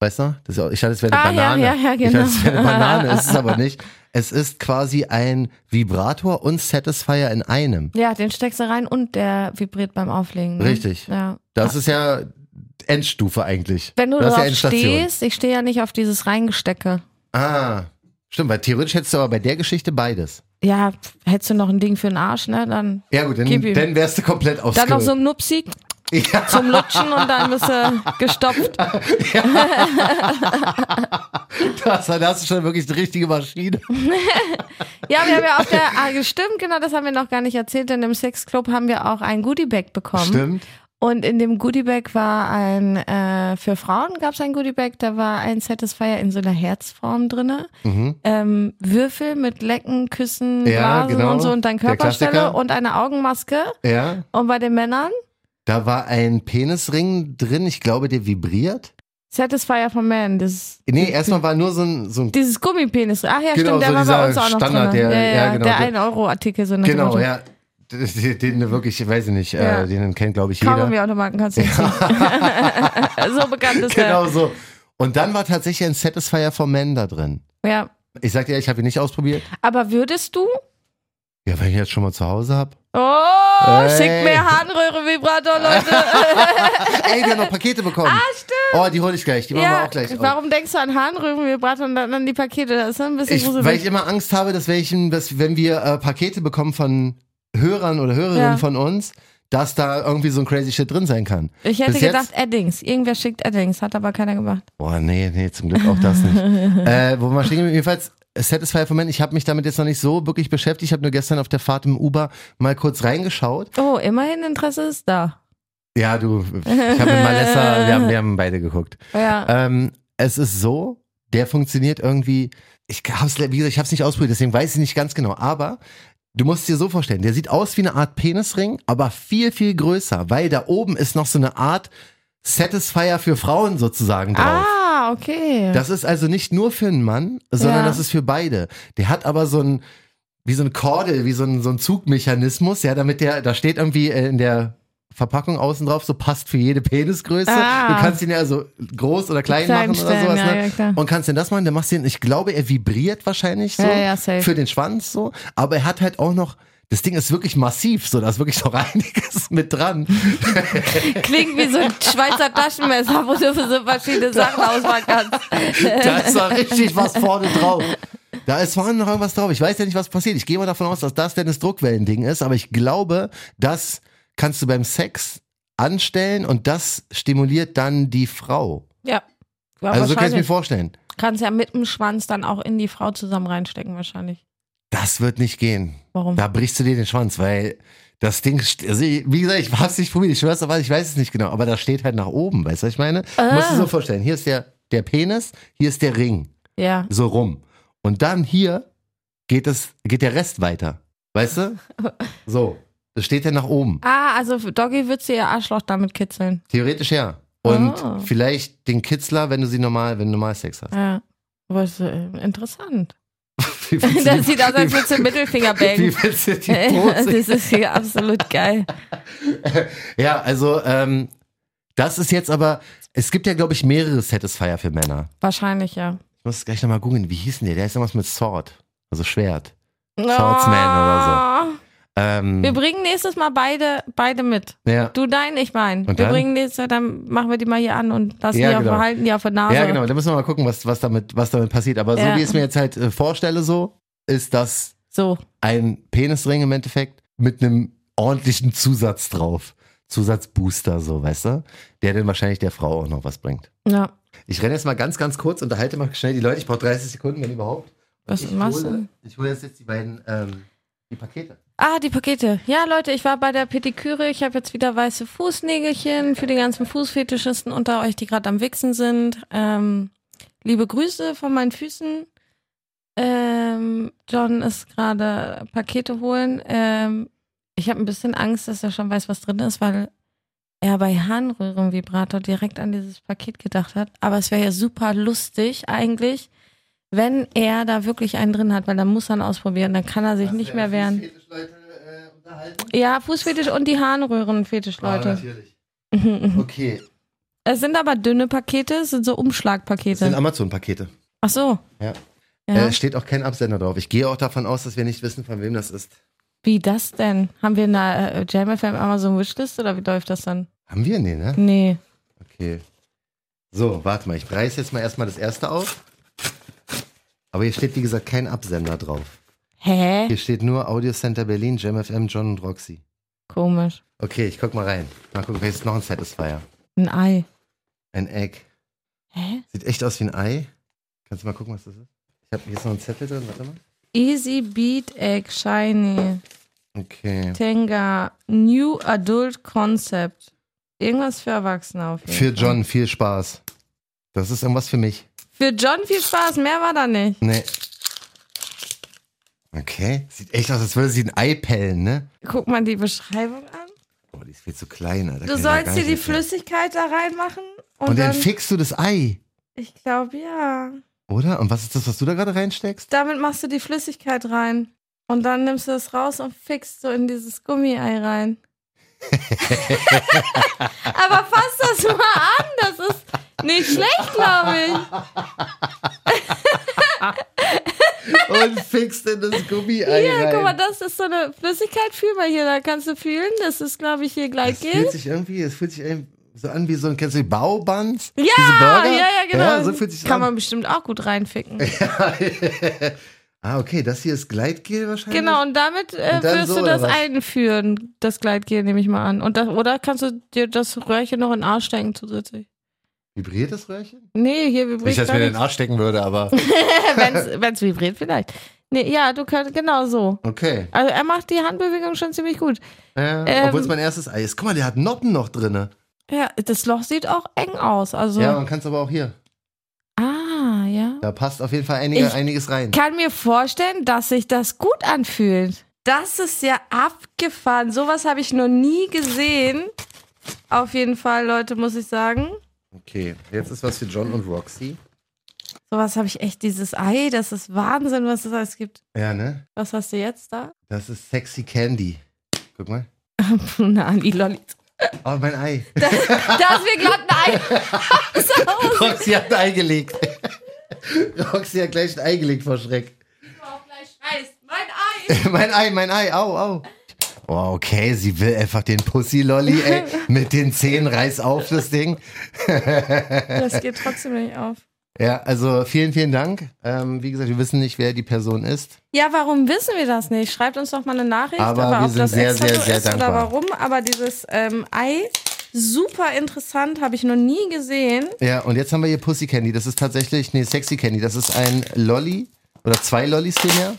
Speaker 2: Weißt du? Das ist, auch- ich dachte, es wäre eine
Speaker 3: Ah, ja,
Speaker 2: Banane.
Speaker 3: ja, ja,
Speaker 2: Ich dachte,
Speaker 3: genau.
Speaker 2: es wäre eine Banane. Es ist aber nicht. Es ist quasi ein Vibrator und Satisfier in einem.
Speaker 3: Ja, den steckst du rein und der vibriert beim Auflegen. Ne?
Speaker 2: Richtig.
Speaker 3: Ja.
Speaker 2: Das ist ja Endstufe eigentlich.
Speaker 3: Wenn du
Speaker 2: das ist ja
Speaker 3: drauf
Speaker 2: Endstation.
Speaker 3: stehst, ich stehe ja nicht auf dieses Reingestecke.
Speaker 2: Ah, stimmt, weil theoretisch hättest du aber bei der Geschichte beides.
Speaker 3: Ja, pf, hättest du noch ein Ding für den Arsch, ne? Dann,
Speaker 2: Ja gut, dann,
Speaker 3: Gib ihm.
Speaker 2: dann wärst du komplett
Speaker 3: dann noch so
Speaker 2: ausgerüstet.
Speaker 3: ein Nupsi
Speaker 2: ja,
Speaker 3: zum Lutschen und dann bist du gestopft.
Speaker 2: das, dann Also, hast du schon wirklich eine richtige Maschine.
Speaker 3: Ja, wir haben ja auf der, ah, stimmt, genau, das haben wir noch gar nicht erzählt, denn im Sexclub haben wir auch ein Goodiebag bekommen.
Speaker 2: Stimmt.
Speaker 3: Und in dem Goodiebag war ein, äh, für Frauen gab es ein Goodiebag, da war ein Satisfier in so einer Herzform drinne. Ähm, Würfel mit Lecken, Küssen,
Speaker 2: Mhm. Ja,
Speaker 3: Blasen
Speaker 2: genau.
Speaker 3: und so und dann
Speaker 2: Der
Speaker 3: Körperstelle
Speaker 2: Klassiker.
Speaker 3: und eine Augenmaske.
Speaker 2: Ja,
Speaker 3: Und bei den Männern
Speaker 2: da war ein Penisring drin, ich glaube, der vibriert.
Speaker 3: Satisfier for Men, dieses,
Speaker 2: Nee, erstmal war nur so ein, so ein
Speaker 3: dieses Gummipenis. Ach ja,
Speaker 2: Genau,
Speaker 3: stimmt, der
Speaker 2: so
Speaker 3: war
Speaker 2: dieser
Speaker 3: bei uns auch noch
Speaker 2: Standard,
Speaker 3: drinne.
Speaker 2: der-
Speaker 3: ja,
Speaker 2: ja,
Speaker 3: ja,
Speaker 2: genau,
Speaker 3: der
Speaker 2: der-
Speaker 3: 1-Euro-Artikel, so eine
Speaker 2: genau, ja. Den den wirklich, ich weiß ich nicht,
Speaker 3: Ja.
Speaker 2: äh, den kennt, glaube ich, jeder.
Speaker 3: Kaugummi-Automaten kannst du nicht ziehen. so bekannt ist
Speaker 2: Genau so. Und dann war tatsächlich ein Satisfier for Men da drin.
Speaker 3: der. Ja.
Speaker 2: Ich sag dir, ich habe ihn nicht ausprobiert.
Speaker 3: Aber würdest du
Speaker 2: Ja, wenn ich jetzt schon mal zu Hause hab.
Speaker 3: Oh,
Speaker 2: Ey.
Speaker 3: schickt mehr Harnröhre-Vibrator, Leute.
Speaker 2: Ey, wir haben noch Pakete bekommen. Ah, stimmt. Oh, die hole ich gleich. Die machen wir auch gleich. auf.
Speaker 3: Warum denkst du an Harnröhrenvibrator und dann an die Pakete? Das ist ein bisschen
Speaker 2: Ich, weil ich
Speaker 3: gruselig.
Speaker 2: immer Angst habe, dass, welchen, dass wenn wir äh, Pakete bekommen von Hörern oder Hörerinnen
Speaker 3: Ja.
Speaker 2: von uns, dass da irgendwie so ein crazy shit drin sein kann.
Speaker 3: Ich, hätte
Speaker 2: bis jetzt-
Speaker 3: gedacht Eddings. Irgendwer schickt Eddings, hat aber keiner gemacht.
Speaker 2: Boah, nee, nee, zum Glück auch das nicht. äh, wo wir stehen, geblieben? jedenfalls Satisfy for Men, ich habe mich damit jetzt noch nicht so wirklich beschäftigt. Ich habe nur gestern auf der Fahrt im Uber mal kurz reingeschaut.
Speaker 3: Oh, immerhin Interesse ist da.
Speaker 2: Ja, du, ich habe mit Malessa, wir haben, wir haben beide geguckt.
Speaker 3: Ja.
Speaker 2: Ähm, es ist so, der funktioniert irgendwie. Ich hab's, wie gesagt, ich hab's nicht ausprobiert, deswegen weiß ich nicht ganz genau. Aber du musst dir so vorstellen, der sieht aus wie eine Art Penisring, aber viel, viel größer, weil da oben ist noch so eine Art Satisfier für Frauen sozusagen drauf.
Speaker 3: ah, okay.
Speaker 2: Das ist also nicht nur für einen Mann, sondern
Speaker 3: Ja.
Speaker 2: das ist für beide. Der hat aber so ein, wie so ein Kordel, wie so ein, so ein Zugmechanismus, ja, damit der, da steht irgendwie äh, in der Verpackung außen drauf, so passt für jede Penisgröße.
Speaker 3: Ah.
Speaker 2: Du kannst ihn ja so groß oder klein,
Speaker 3: Klein
Speaker 2: machen oder
Speaker 3: stellen,
Speaker 2: sowas,
Speaker 3: ja,
Speaker 2: ne?
Speaker 3: ja, klar.
Speaker 2: Und kannst denn das machen, dann machst du ihn, ich glaube, er vibriert wahrscheinlich so
Speaker 3: Ja, ja, safe.
Speaker 2: für den Schwanz so, aber er hat halt auch noch das Ding ist wirklich massiv, so da ist wirklich noch einiges mit dran.
Speaker 3: Klingt wie so ein Schweizer Taschenmesser, wo du für so verschiedene Sachen ausmachen kannst.
Speaker 2: Da ist doch richtig was vorne drauf. Da ist vorne noch irgendwas drauf. Ich weiß ja nicht, was passiert. Ich gehe mal davon aus, dass das denn das Druckwellending ist, aber ich glaube, das kannst du beim Sex anstellen und das stimuliert dann die Frau.
Speaker 3: Ja. ja
Speaker 2: also so kann ich mir
Speaker 3: wahrscheinlich.
Speaker 2: vorstellen.
Speaker 3: Kannst ja mit dem Schwanz dann auch in die Frau zusammen reinstecken, wahrscheinlich.
Speaker 2: Das wird nicht gehen.
Speaker 3: Warum?
Speaker 2: Da brichst du dir den Schwanz, weil das Ding, st- also ich- wie gesagt, ich hab's nicht probiert, ich schwör's aber, ich weiß es nicht genau, aber das steht halt nach oben, weißt du, was ich meine?
Speaker 3: Ah.
Speaker 2: Musst du so vorstellen, hier ist der, der Penis, hier ist der Ring.
Speaker 3: Ja.
Speaker 2: so rum. Und dann hier geht, es, geht der Rest weiter. Weißt du? So. Das steht ja nach oben.
Speaker 3: Ah, also für Doggy würdest du ihr Arschloch damit kitzeln.
Speaker 2: Theoretisch ja. Und
Speaker 3: Ah.
Speaker 2: vielleicht den Kitzler, wenn du sie normal, wenn du normal Sex hast.
Speaker 3: Ja. Was äh, interessant.
Speaker 2: Wie willst du
Speaker 3: Das
Speaker 2: die-
Speaker 3: sieht aus, als
Speaker 2: wie-
Speaker 3: würdest du den Mittelfinger
Speaker 2: Wie
Speaker 3: bängen.
Speaker 2: willst du die
Speaker 3: das
Speaker 2: Pose?
Speaker 3: ist hier absolut geil.
Speaker 2: Ja, also ähm, das ist jetzt aber, es gibt ja, glaube ich, mehrere Satisfier für Männer.
Speaker 3: Wahrscheinlich, ja.
Speaker 2: Ich muss gleich nochmal googeln, wie hießen die? Der ist irgendwas mit Sword, also Schwert.
Speaker 3: Ah.
Speaker 2: Swordsman Ähm,
Speaker 3: Oh. Wir bringen nächstes Mal beide, beide mit.
Speaker 2: ja.
Speaker 3: Du dein, ich mein.
Speaker 2: Und
Speaker 3: wir
Speaker 2: dann?
Speaker 3: bringen nächstes Mal, dann machen wir die mal hier an und lassen
Speaker 2: Ja,
Speaker 3: die auf,
Speaker 2: genau.
Speaker 3: halten die auf der Nase.
Speaker 2: Ja, genau. Da müssen wir mal gucken, was, was, damit, was damit passiert. Aber so
Speaker 3: Also- Ja.
Speaker 2: wie ich es mir jetzt halt äh, vorstelle, so ist das
Speaker 3: So.
Speaker 2: ein Penisring im Endeffekt mit einem ordentlichen Zusatz drauf. Zusatzbooster, so, weißt du? Der dann wahrscheinlich der Frau auch noch was bringt.
Speaker 3: Ja.
Speaker 2: Ich renne jetzt mal ganz, ganz kurz, unterhalte mal schnell die Leute. Ich brauche 30 Sekunden, wenn überhaupt.
Speaker 3: Was
Speaker 2: ich
Speaker 3: machst
Speaker 2: hole,
Speaker 3: du?
Speaker 2: Ich hole jetzt, jetzt die beiden, ähm, die Pakete.
Speaker 3: Ah, die Pakete. Ja, Leute, ich war bei der Pediküre. Ich habe jetzt wieder weiße Fußnägelchen für die ganzen Fußfetischisten unter euch, die gerade am Wichsen sind. Ähm, liebe Grüße von meinen Füßen. Ähm, John ist gerade Pakete holen. Ähm, ich habe ein bisschen Angst, dass er schon weiß, was drin ist, weil er bei Harnröhrenvibrator direkt an dieses Paket gedacht hat. Aber es wäre ja super lustig eigentlich, wenn er da wirklich einen drin hat, weil dann muss er ihn ausprobieren. Dann kann er sich nicht mehr wehren.
Speaker 2: äh,
Speaker 3: Ja, Fußfetisch und die Harnröhrenfetisch, Leute.
Speaker 2: Ah, natürlich. Okay.
Speaker 3: Es sind aber dünne Pakete, es sind so
Speaker 2: Das sind
Speaker 3: Umschlagpakete.
Speaker 2: Amazon-Pakete.
Speaker 3: Ach so.
Speaker 2: Ja.
Speaker 3: Ja.
Speaker 2: Äh, steht auch kein Absender drauf. Ich gehe auch davon aus, dass wir nicht wissen, von wem das ist.
Speaker 3: Wie das denn? Haben wir eine äh, JamFM Amazon Wishlist oder wie läuft das dann?
Speaker 2: Haben wir? Nee, ne?
Speaker 3: Nee.
Speaker 2: Okay. So, warte mal. Ich reiß jetzt mal erstmal das erste auf. Aber hier steht, wie gesagt, kein Absender drauf.
Speaker 3: Hä?
Speaker 2: Hier steht nur Audio Center Berlin, JamFM, John und Roxy.
Speaker 3: Komisch.
Speaker 2: Okay, ich guck mal rein. Mal gucken, vielleicht ist noch ein Satisfier.
Speaker 3: Ein Ei.
Speaker 2: Ein Egg.
Speaker 3: Hä?
Speaker 2: Sieht echt aus wie ein Ei. Kannst du mal gucken, was das ist? Ich habe hier ist noch ein Zettel drin, warte mal.
Speaker 3: Easy Beat Egg Shiny
Speaker 2: Okay.
Speaker 3: Tenga New Adult Concept. Irgendwas für Erwachsene auf jeden
Speaker 2: Für
Speaker 3: Fall.
Speaker 2: John viel Spaß. Das ist irgendwas für mich.
Speaker 3: Für John viel Spaß, mehr war da nicht.
Speaker 2: Nee. Okay. Sieht echt aus, als würde sie ein Ei pellen, ne?
Speaker 3: Guck mal die Beschreibung an.
Speaker 2: Boah, die ist viel zu klein, Alter.
Speaker 3: Du
Speaker 2: Kann ich ja
Speaker 3: sollst
Speaker 2: gar
Speaker 3: dir
Speaker 2: nicht
Speaker 3: die
Speaker 2: mit-
Speaker 3: Flüssigkeit da reinmachen und,
Speaker 2: Und dann
Speaker 3: dann
Speaker 2: fickst du das Ei,
Speaker 3: Ich glaube ja.
Speaker 2: oder? Und was ist das, was du da gerade reinsteckst?
Speaker 3: Damit machst du die Flüssigkeit rein. Und dann nimmst du das raus und fixst so in dieses Gummiei rein. Aber fass das mal an, das ist nicht schlecht, glaube ich.
Speaker 2: und fixt in das Gummi ein.
Speaker 3: Ja, guck mal,
Speaker 2: rein.
Speaker 3: das ist so eine Flüssigkeit, fühl mal hier, da kannst du fühlen. Das ist, glaube ich, hier
Speaker 2: Es fühlt
Speaker 3: Glykel.
Speaker 2: sich irgendwie, es fühlt sich irgendwie so an wie so ein, kennst du die Baubuns?
Speaker 3: Ja,
Speaker 2: Diese
Speaker 3: ja,
Speaker 2: Burger?
Speaker 3: ja, genau.
Speaker 2: Ja, so fühlt sich
Speaker 3: Kann
Speaker 2: an.
Speaker 3: man bestimmt auch gut reinficken.
Speaker 2: ah, okay, das hier ist Gleitgel wahrscheinlich.
Speaker 3: Genau, und damit äh,
Speaker 2: Mhm. Und dann
Speaker 3: wirst
Speaker 2: so,
Speaker 3: du
Speaker 2: oder
Speaker 3: das
Speaker 2: was?
Speaker 3: einführen, das Gleitgel, nehme ich mal an. Und das, oder kannst du dir das Röhrchen noch in den Arsch stecken zusätzlich?
Speaker 2: Vibriert das Röhrchen?
Speaker 3: Nee, hier
Speaker 2: Nicht,
Speaker 3: vibriert
Speaker 2: dass ich
Speaker 3: gar
Speaker 2: mir den
Speaker 3: nichts.
Speaker 2: Arsch stecken würde, aber
Speaker 3: Wenn's, wenn's vibriert, vielleicht. Nee, ja, du kannst, genau so.
Speaker 2: okay.
Speaker 3: Also er macht die Handbewegung schon ziemlich gut.
Speaker 2: Äh,
Speaker 3: Ähm.
Speaker 2: Obwohl es mein erstes Ei ist. Guck mal, der hat Noppen noch drinne.
Speaker 3: Ja, das Loch sieht auch eng aus. Also,
Speaker 2: Ja, man kann es aber auch hier.
Speaker 3: ah, ja.
Speaker 2: Da passt auf jeden Fall einige,
Speaker 3: Ich-
Speaker 2: einiges rein.
Speaker 3: kann mir vorstellen, dass sich das gut anfühlt. Das ist ja abgefahren. Sowas habe ich noch nie gesehen. Auf jeden Fall, Leute, muss ich sagen.
Speaker 2: Okay, jetzt ist was für John und Roxy.
Speaker 3: Sowas habe ich echt, dieses Ei, das ist Wahnsinn, was es alles gibt.
Speaker 2: Ja, ne?
Speaker 3: Was hast du jetzt da?
Speaker 2: Das ist Sexy Candy. Guck mal.
Speaker 3: Na, die Lollis.
Speaker 2: Oh, mein Ei.
Speaker 3: Da ist mir glatt ein Ei. so.
Speaker 2: Roxy hat ein Ei gelegt. Roxy hat gleich ein Ei gelegt vor Schreck.
Speaker 3: Mein Ei.
Speaker 2: mein Ei, mein Ei, au, au. Wow, okay, sie will einfach den Pussy-Lolli, ey. Mit den Zehen reiß auf das Ding.
Speaker 3: Das geht trotzdem nicht auf.
Speaker 2: Ja, also vielen, vielen Dank. Ähm, wie gesagt, wir wissen nicht, wer die Person ist.
Speaker 3: Ja, warum wissen wir das nicht? Schreibt uns doch mal eine Nachricht,
Speaker 2: Aber wir
Speaker 3: ob
Speaker 2: sind
Speaker 3: das
Speaker 2: sehr,
Speaker 3: extra
Speaker 2: sehr,
Speaker 3: so
Speaker 2: sehr
Speaker 3: ist oder
Speaker 2: dankbar.
Speaker 3: warum. Aber dieses ähm, Ei, super interessant, habe ich noch nie gesehen.
Speaker 2: Ja, und jetzt haben wir hier Pussy Candy. Das ist tatsächlich, nee, Sexy Candy. Das ist ein Lolli oder zwei Lollis vielmehr.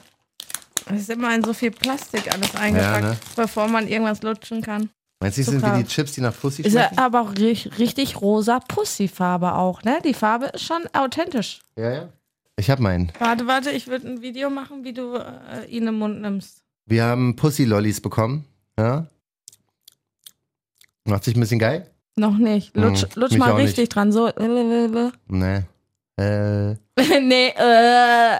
Speaker 3: Es ist immer in so viel Plastik alles eingepackt,
Speaker 2: Ja, ne?
Speaker 3: bevor man irgendwas lutschen kann.
Speaker 2: Meinst du, das sind
Speaker 3: Super.
Speaker 2: wie die Chips, die nach Pussy
Speaker 3: Ist ja
Speaker 2: schmecken?
Speaker 3: aber auch ri- richtig rosa Pussy-Farbe auch, ne? Die Farbe ist schon authentisch.
Speaker 2: Ja, ja. Ich hab meinen.
Speaker 3: Warte, warte, ich würde ein Video machen, wie du äh, ihn im Mund nimmst.
Speaker 2: Wir haben Pussy-Lollis bekommen. Ja. Macht sich ein bisschen geil?
Speaker 3: Noch nicht. Lutsch,
Speaker 2: Hm,
Speaker 3: lutsch
Speaker 2: mich
Speaker 3: mal
Speaker 2: auch
Speaker 3: richtig dran. So. äh,
Speaker 2: Nee. Äh,
Speaker 3: nee, äh.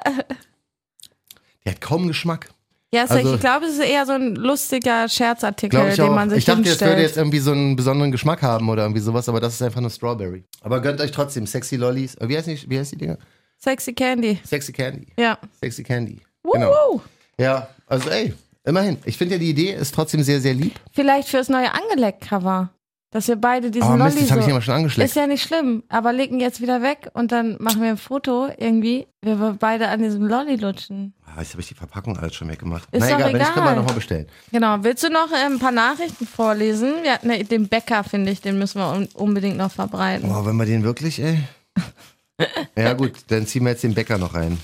Speaker 2: die hat kaum Geschmack.
Speaker 3: Ja, also,
Speaker 2: Also-
Speaker 3: ich glaube, es ist eher so ein lustiger
Speaker 2: Glaube
Speaker 3: Scherzartikel,
Speaker 2: ich
Speaker 3: den
Speaker 2: auch.
Speaker 3: man sich
Speaker 2: Ich dachte, jetzt
Speaker 3: hinstellt.
Speaker 2: würde jetzt irgendwie so einen besonderen Geschmack haben oder irgendwie sowas, aber das ist einfach nur Strawberry. Aber gönnt euch trotzdem Sexy Lollis. Äh, Wie heißt die, wie heißt die Dinger?
Speaker 3: Sexy Candy.
Speaker 2: Sexy Candy.
Speaker 3: Ja.
Speaker 2: Sexy Candy.
Speaker 3: Genau.
Speaker 2: Ja, also ey, immerhin. Ich finde ja, die Idee ist trotzdem sehr, sehr lieb.
Speaker 3: Vielleicht fürs neue Angeleckt-Cover. Dass wir beide diesen
Speaker 2: Aber Ah, Mist,
Speaker 3: Lolli
Speaker 2: das habe ich
Speaker 3: so.
Speaker 2: immer schon angeschleppt.
Speaker 3: Ist ja nicht schlimm, aber legen jetzt wieder weg und dann machen wir ein Foto irgendwie, wie wir beide an diesem Lolli lutschen.
Speaker 2: Ah, jetzt habe ich die Verpackung alles schon weggemacht.
Speaker 3: Ist
Speaker 2: Na
Speaker 3: doch
Speaker 2: egal, wenn ich
Speaker 3: egal.
Speaker 2: kann man nochmal bestellen.
Speaker 3: Genau. Willst du noch äh, ein paar Nachrichten vorlesen? Wir hatten ja den Bäcker, finde ich, den müssen wir un unbedingt noch verbreiten.
Speaker 2: Boah, wenn wir den wirklich, ey. ja, gut, dann ziehen wir jetzt den Bäcker noch rein.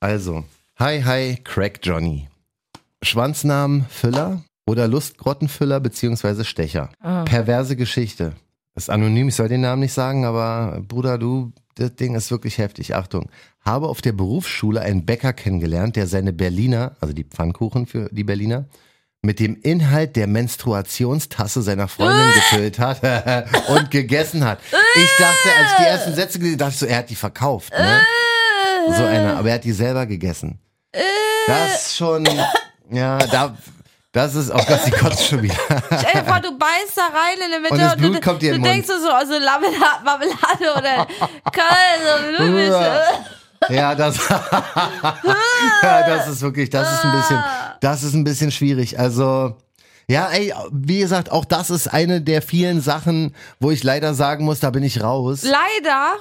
Speaker 2: Also, hi, hi, Crack Johnny. Schwanznamen Füller oder Lustgrottenfüller beziehungsweise Stecher. Perverse Geschichte. Ist anonym, ich soll den Namen nicht sagen, aber Bruder, du, das Ding ist wirklich heftig. Achtung. Habe auf der Berufsschule einen Bäcker kennengelernt, der seine Berliner, also die Pfannkuchen für die Berliner, mit dem Inhalt der Menstruationstasse seiner Freundin gefüllt hat und gegessen hat. Ich dachte, als ich die ersten Sätze gelesen habe, dachte ich so, er hat die verkauft, ne?
Speaker 3: Äh,
Speaker 2: So einer, aber er hat die selber gegessen. Das schon, ja, da, das ist, auch dass sie kotzt schon wieder.
Speaker 3: Stell dir vor, du beißt da rein in der Mitte
Speaker 2: Und das Blut
Speaker 3: du,
Speaker 2: kommt dir
Speaker 3: du
Speaker 2: in den
Speaker 3: denkst dir so, also Marmelade, Marmelade oder Köln,
Speaker 2: Ja, das, ja, das ist wirklich, das ist ein bisschen, das ist ein bisschen schwierig. Also, ja, ey, wie gesagt, auch das ist eine der vielen Sachen, wo ich leider sagen muss, da bin ich raus.
Speaker 3: Leider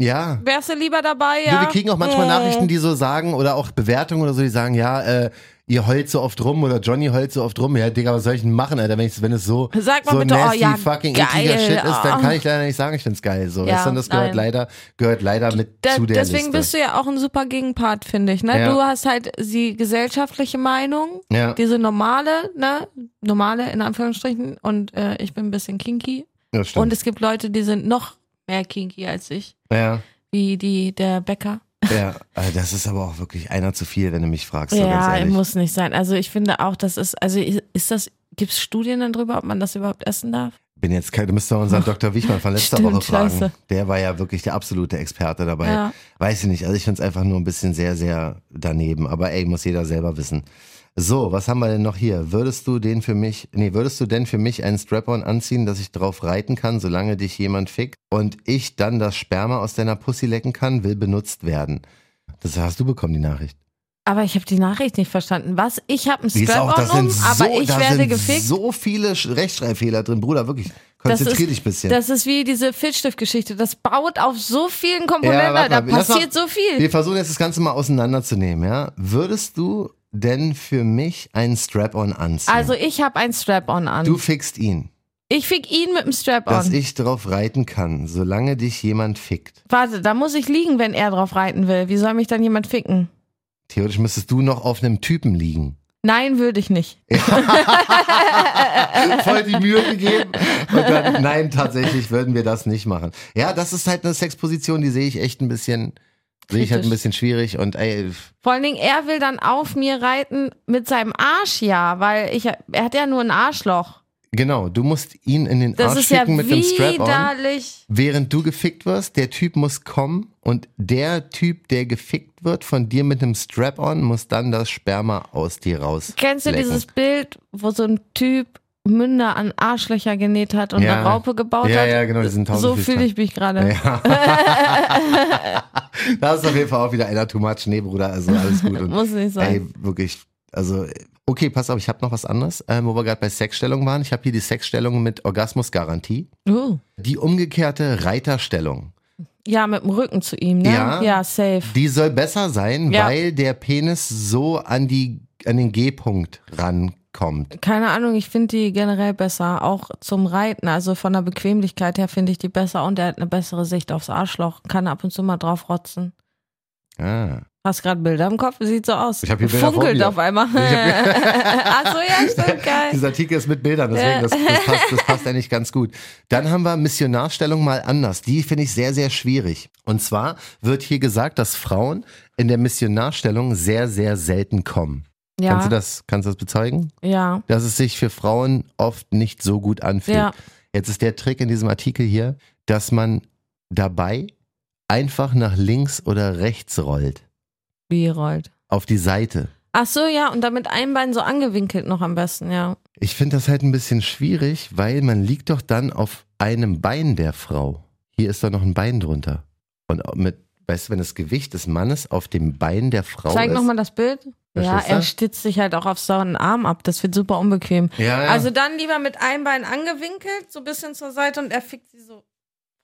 Speaker 2: Ja.
Speaker 3: wärst du lieber dabei,
Speaker 2: Du,
Speaker 3: ja. Mhm.
Speaker 2: wir kriegen auch manchmal Nachrichten, die so sagen, oder auch Bewertungen oder so, die sagen, ja, äh, ihr heult so oft rum oder Johnny heult so oft rum. Ja, Digga, was soll ich denn machen, Alter, wenn, ich, wenn es so,
Speaker 3: Sag mal
Speaker 2: so
Speaker 3: bitte, oh
Speaker 2: nasty
Speaker 3: ja,
Speaker 2: fucking
Speaker 3: geil,
Speaker 2: ekliger Shit ist, dann
Speaker 3: oh.
Speaker 2: kann ich leider nicht sagen, ich find's geil. So,
Speaker 3: Ja,
Speaker 2: weißt du, und das gehört
Speaker 3: nein.
Speaker 2: leider, gehört leider mit
Speaker 3: Da,
Speaker 2: zu der
Speaker 3: deswegen
Speaker 2: Liste.
Speaker 3: bist du ja auch ein super Gegenpart, finde ich. Ne?
Speaker 2: Ja.
Speaker 3: Du hast halt die gesellschaftliche Meinung,
Speaker 2: ja,
Speaker 3: diese normale, ne, normale in Anführungsstrichen, und äh, ich bin ein bisschen kinky.
Speaker 2: das stimmt.
Speaker 3: Und es gibt Leute, die sind noch mehr kinky als ich,
Speaker 2: ja,
Speaker 3: wie die der Bäcker.
Speaker 2: ja. Also das ist aber auch wirklich einer zu viel, wenn du mich fragst. so ganz
Speaker 3: ja,
Speaker 2: ehrlich.
Speaker 3: muss nicht sein. Also ich finde auch, das ist, also ist das, gibt es Studien dann drüber, ob man das überhaupt essen darf?
Speaker 2: bin jetzt kein, du müsstest mal unseren Dr. Wichmann von letzter
Speaker 3: Stimmt,
Speaker 2: Woche fragen.
Speaker 3: scheiße.
Speaker 2: Der war ja wirklich der absolute Experte dabei.
Speaker 3: Ja.
Speaker 2: Weiß ich nicht. Also ich finde es einfach nur ein bisschen sehr, sehr daneben. Aber ey, muss jeder selber wissen. So, was haben wir denn noch hier? Würdest du den für mich, nee, würdest du denn für mich einen Strap-on anziehen, dass ich drauf reiten kann, solange dich jemand fickt und ich dann das Sperma aus deiner Pussy lecken kann, will benutzt werden? Das hast du bekommen, die Nachricht.
Speaker 3: Aber ich habe die Nachricht nicht verstanden. Was? Ich habe einen
Speaker 2: Die ist auch,
Speaker 3: Strap-on
Speaker 2: da sind
Speaker 3: um,
Speaker 2: so,
Speaker 3: aber ich
Speaker 2: da
Speaker 3: werde
Speaker 2: sind
Speaker 3: gefickt.
Speaker 2: so viele Sch- Rechtschreibfehler drin, Bruder, wirklich. Konzentrier dich ein bisschen.
Speaker 3: Das ist wie diese Filzstift-Geschichte. Das baut auf so vielen
Speaker 2: Ja,
Speaker 3: Komponenten.
Speaker 2: warte
Speaker 3: da
Speaker 2: mal, lass mal-
Speaker 3: passiert so viel.
Speaker 2: Wir versuchen jetzt das Ganze mal auseinanderzunehmen, ja? Würdest du denn für mich einen Strap-on anziehen?
Speaker 3: Also ich habe ein Strap-on an.
Speaker 2: du fixst ihn,
Speaker 3: ich fick ihn mit dem
Speaker 2: dass
Speaker 3: Strap-on.
Speaker 2: ich drauf reiten kann, solange dich jemand fickt.
Speaker 3: Warte, da muss ich liegen, wenn er drauf reiten will. Wie soll mich dann jemand ficken?
Speaker 2: Theoretisch müsstest du noch auf einem Typen liegen.
Speaker 3: Nein, würde ich nicht.
Speaker 2: Voll die Mühe gegeben. Und dann, nein, tatsächlich würden wir das nicht machen. Ja, das ist halt eine Sexposition, die sehe ich echt ein bisschen, sehe ich halt ein
Speaker 3: Kritisch.
Speaker 2: bisschen schwierig und ey,
Speaker 3: Vor allen Dingen, er will dann auf mir reiten mit seinem Arsch, ja, weil ich, er hat ja nur ein Arschloch.
Speaker 2: genau, du musst ihn in den
Speaker 3: Das
Speaker 2: Arsch
Speaker 3: ist ja
Speaker 2: schicken mit dem Strap-on.
Speaker 3: widerlich.
Speaker 2: Während du gefickt wirst, der Typ muss kommen und der Typ, der gefickt wird von dir mit einem Strap-on, muss dann das Sperma aus dir raus.
Speaker 3: Kennst du
Speaker 2: lecken.
Speaker 3: dieses Bild, wo so ein Typ Münder an Arschlöcher genäht hat und
Speaker 2: Ja.
Speaker 3: eine Raupe gebaut
Speaker 2: Ja,
Speaker 3: hat?
Speaker 2: ja, genau, die sind
Speaker 3: So
Speaker 2: tausendfüßler.
Speaker 3: fühle ich mich gerade.
Speaker 2: Ja. das ist auf jeden Fall auch wieder einer too much. Nee, Bruder, also alles gut. Und,
Speaker 3: Muss nicht sein.
Speaker 2: Ey, wirklich. Also, okay, pass auf, ich habe noch was anderes, ähm, wo wir gerade bei Sexstellung waren. Ich habe hier die Sexstellung mit Orgasmusgarantie.
Speaker 3: Uh.
Speaker 2: Die umgekehrte Reiterstellung.
Speaker 3: Ja, mit dem Rücken zu ihm, ne?
Speaker 2: Ja.
Speaker 3: safe.
Speaker 2: Die soll besser sein,
Speaker 3: Ja.
Speaker 2: weil der Penis so an, die, an den G-Punkt rankommt.
Speaker 3: Keine Ahnung, ich finde die generell besser, auch zum Reiten. Also von der Bequemlichkeit her finde ich die besser und er hat eine bessere Sicht aufs Arschloch, kann ab und zu mal drauf rotzen.
Speaker 2: Ah.
Speaker 3: Hast gerade Bilder im Kopf? Sieht so aus.
Speaker 2: Ich hab hier Bilder vor
Speaker 3: Funkelt
Speaker 2: mir.
Speaker 3: auf einmal. Ach so, ja, stimmt, geil.
Speaker 2: Dieser Artikel ist mit Bildern, deswegen, das, das, passt, das passt eigentlich ganz gut. Dann haben wir Missionarstellung mal anders. Die finde ich sehr, sehr schwierig. Und zwar wird hier gesagt, dass Frauen in der Missionarstellung sehr, sehr selten kommen. Kannst,
Speaker 3: Ja,
Speaker 2: du das, kannst du das bezeugen?
Speaker 3: ja,
Speaker 2: Dass es sich für Frauen oft nicht so gut anfühlt.
Speaker 3: ja.
Speaker 2: Jetzt ist der Trick in diesem Artikel hier, dass man dabei einfach nach links oder rechts rollt.
Speaker 3: Birold.
Speaker 2: Auf die Seite.
Speaker 3: Ach so, ja, und damit ein Bein so angewinkelt noch am besten, ja.
Speaker 2: Ich finde das halt ein bisschen schwierig, weil man liegt doch dann auf einem Bein der Frau. Hier ist doch noch ein Bein drunter. Und auch mit, weißt du, wenn das Gewicht des Mannes auf dem Bein der Frau
Speaker 3: Zeig
Speaker 2: ist.
Speaker 3: nochmal das Bild. Ja,
Speaker 2: Verstehst du?
Speaker 3: er stützt sich halt auch auf seinen Arm ab. Das wird super unbequem.
Speaker 2: Ja, ja.
Speaker 3: Also dann lieber mit einem Bein angewinkelt, so ein bisschen zur Seite und er fickt sie so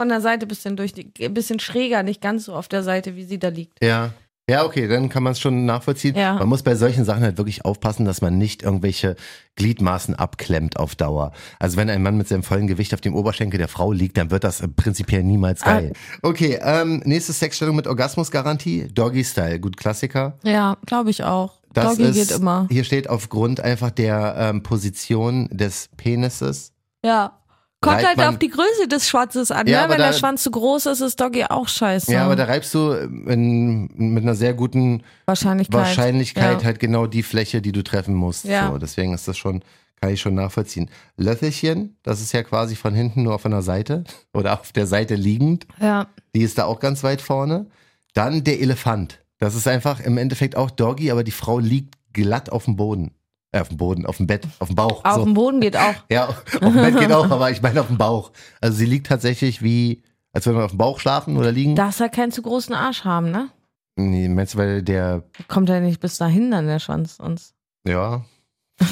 Speaker 3: von der Seite ein bisschen durch, die, ein bisschen schräger, nicht ganz so auf der Seite, wie sie da liegt.
Speaker 2: ja. Ja, okay, dann kann man es schon nachvollziehen.
Speaker 3: Ja.
Speaker 2: Man muss bei solchen Sachen halt wirklich aufpassen, dass man nicht irgendwelche Gliedmaßen abklemmt auf Dauer. Also wenn ein Mann mit seinem vollen Gewicht auf dem Oberschenkel der Frau liegt, dann wird das äh, prinzipiell niemals
Speaker 3: Ah.
Speaker 2: geil. Okay, ähm, nächste Sexstellung mit Orgasmusgarantie. Doggy-Style, gut Klassiker.
Speaker 3: Ja, glaube ich auch.
Speaker 2: Das
Speaker 3: Doggy
Speaker 2: ist,
Speaker 3: geht immer.
Speaker 2: Hier steht aufgrund einfach der ähm, Position des Penises.
Speaker 3: Ja. Kommt
Speaker 2: Reibt
Speaker 3: halt
Speaker 2: man-
Speaker 3: auf die Größe des Schwanzes an,
Speaker 2: Ja,
Speaker 3: ne?
Speaker 2: aber
Speaker 3: Wenn
Speaker 2: da-
Speaker 3: der Schwanz zu groß ist, ist Doggy auch scheiße.
Speaker 2: Ja, aber da reibst du ähm, in, mit einer sehr guten
Speaker 3: Wahrscheinlichkeit.
Speaker 2: Wahrscheinlichkeit
Speaker 3: Ja.
Speaker 2: halt genau die Fläche, die du treffen musst.
Speaker 3: Ja.
Speaker 2: So, deswegen ist das schon, kann ich schon nachvollziehen. Löffelchen, das ist ja quasi von hinten nur auf einer Seite oder auf der Seite liegend.
Speaker 3: Ja.
Speaker 2: Die ist da auch ganz weit vorne. Dann der Elefant. Das ist einfach im Endeffekt auch Doggy, aber die Frau liegt glatt auf dem Boden. Äh, auf dem Boden, auf dem Bett, auf dem Bauch.
Speaker 3: Auf
Speaker 2: so.
Speaker 3: dem Boden geht auch.
Speaker 2: Ja, auf dem Bett geht auch, aber ich meine auf dem Bauch. Also sie liegt tatsächlich wie, als würde man auf dem Bauch schlafen oder liegen.
Speaker 3: Darfst halt keinen zu großen Arsch haben, ne?
Speaker 2: Nee, meinst du, weil der,
Speaker 3: Kommt ja nicht bis dahin dann der Schwanz sonst.
Speaker 2: ja,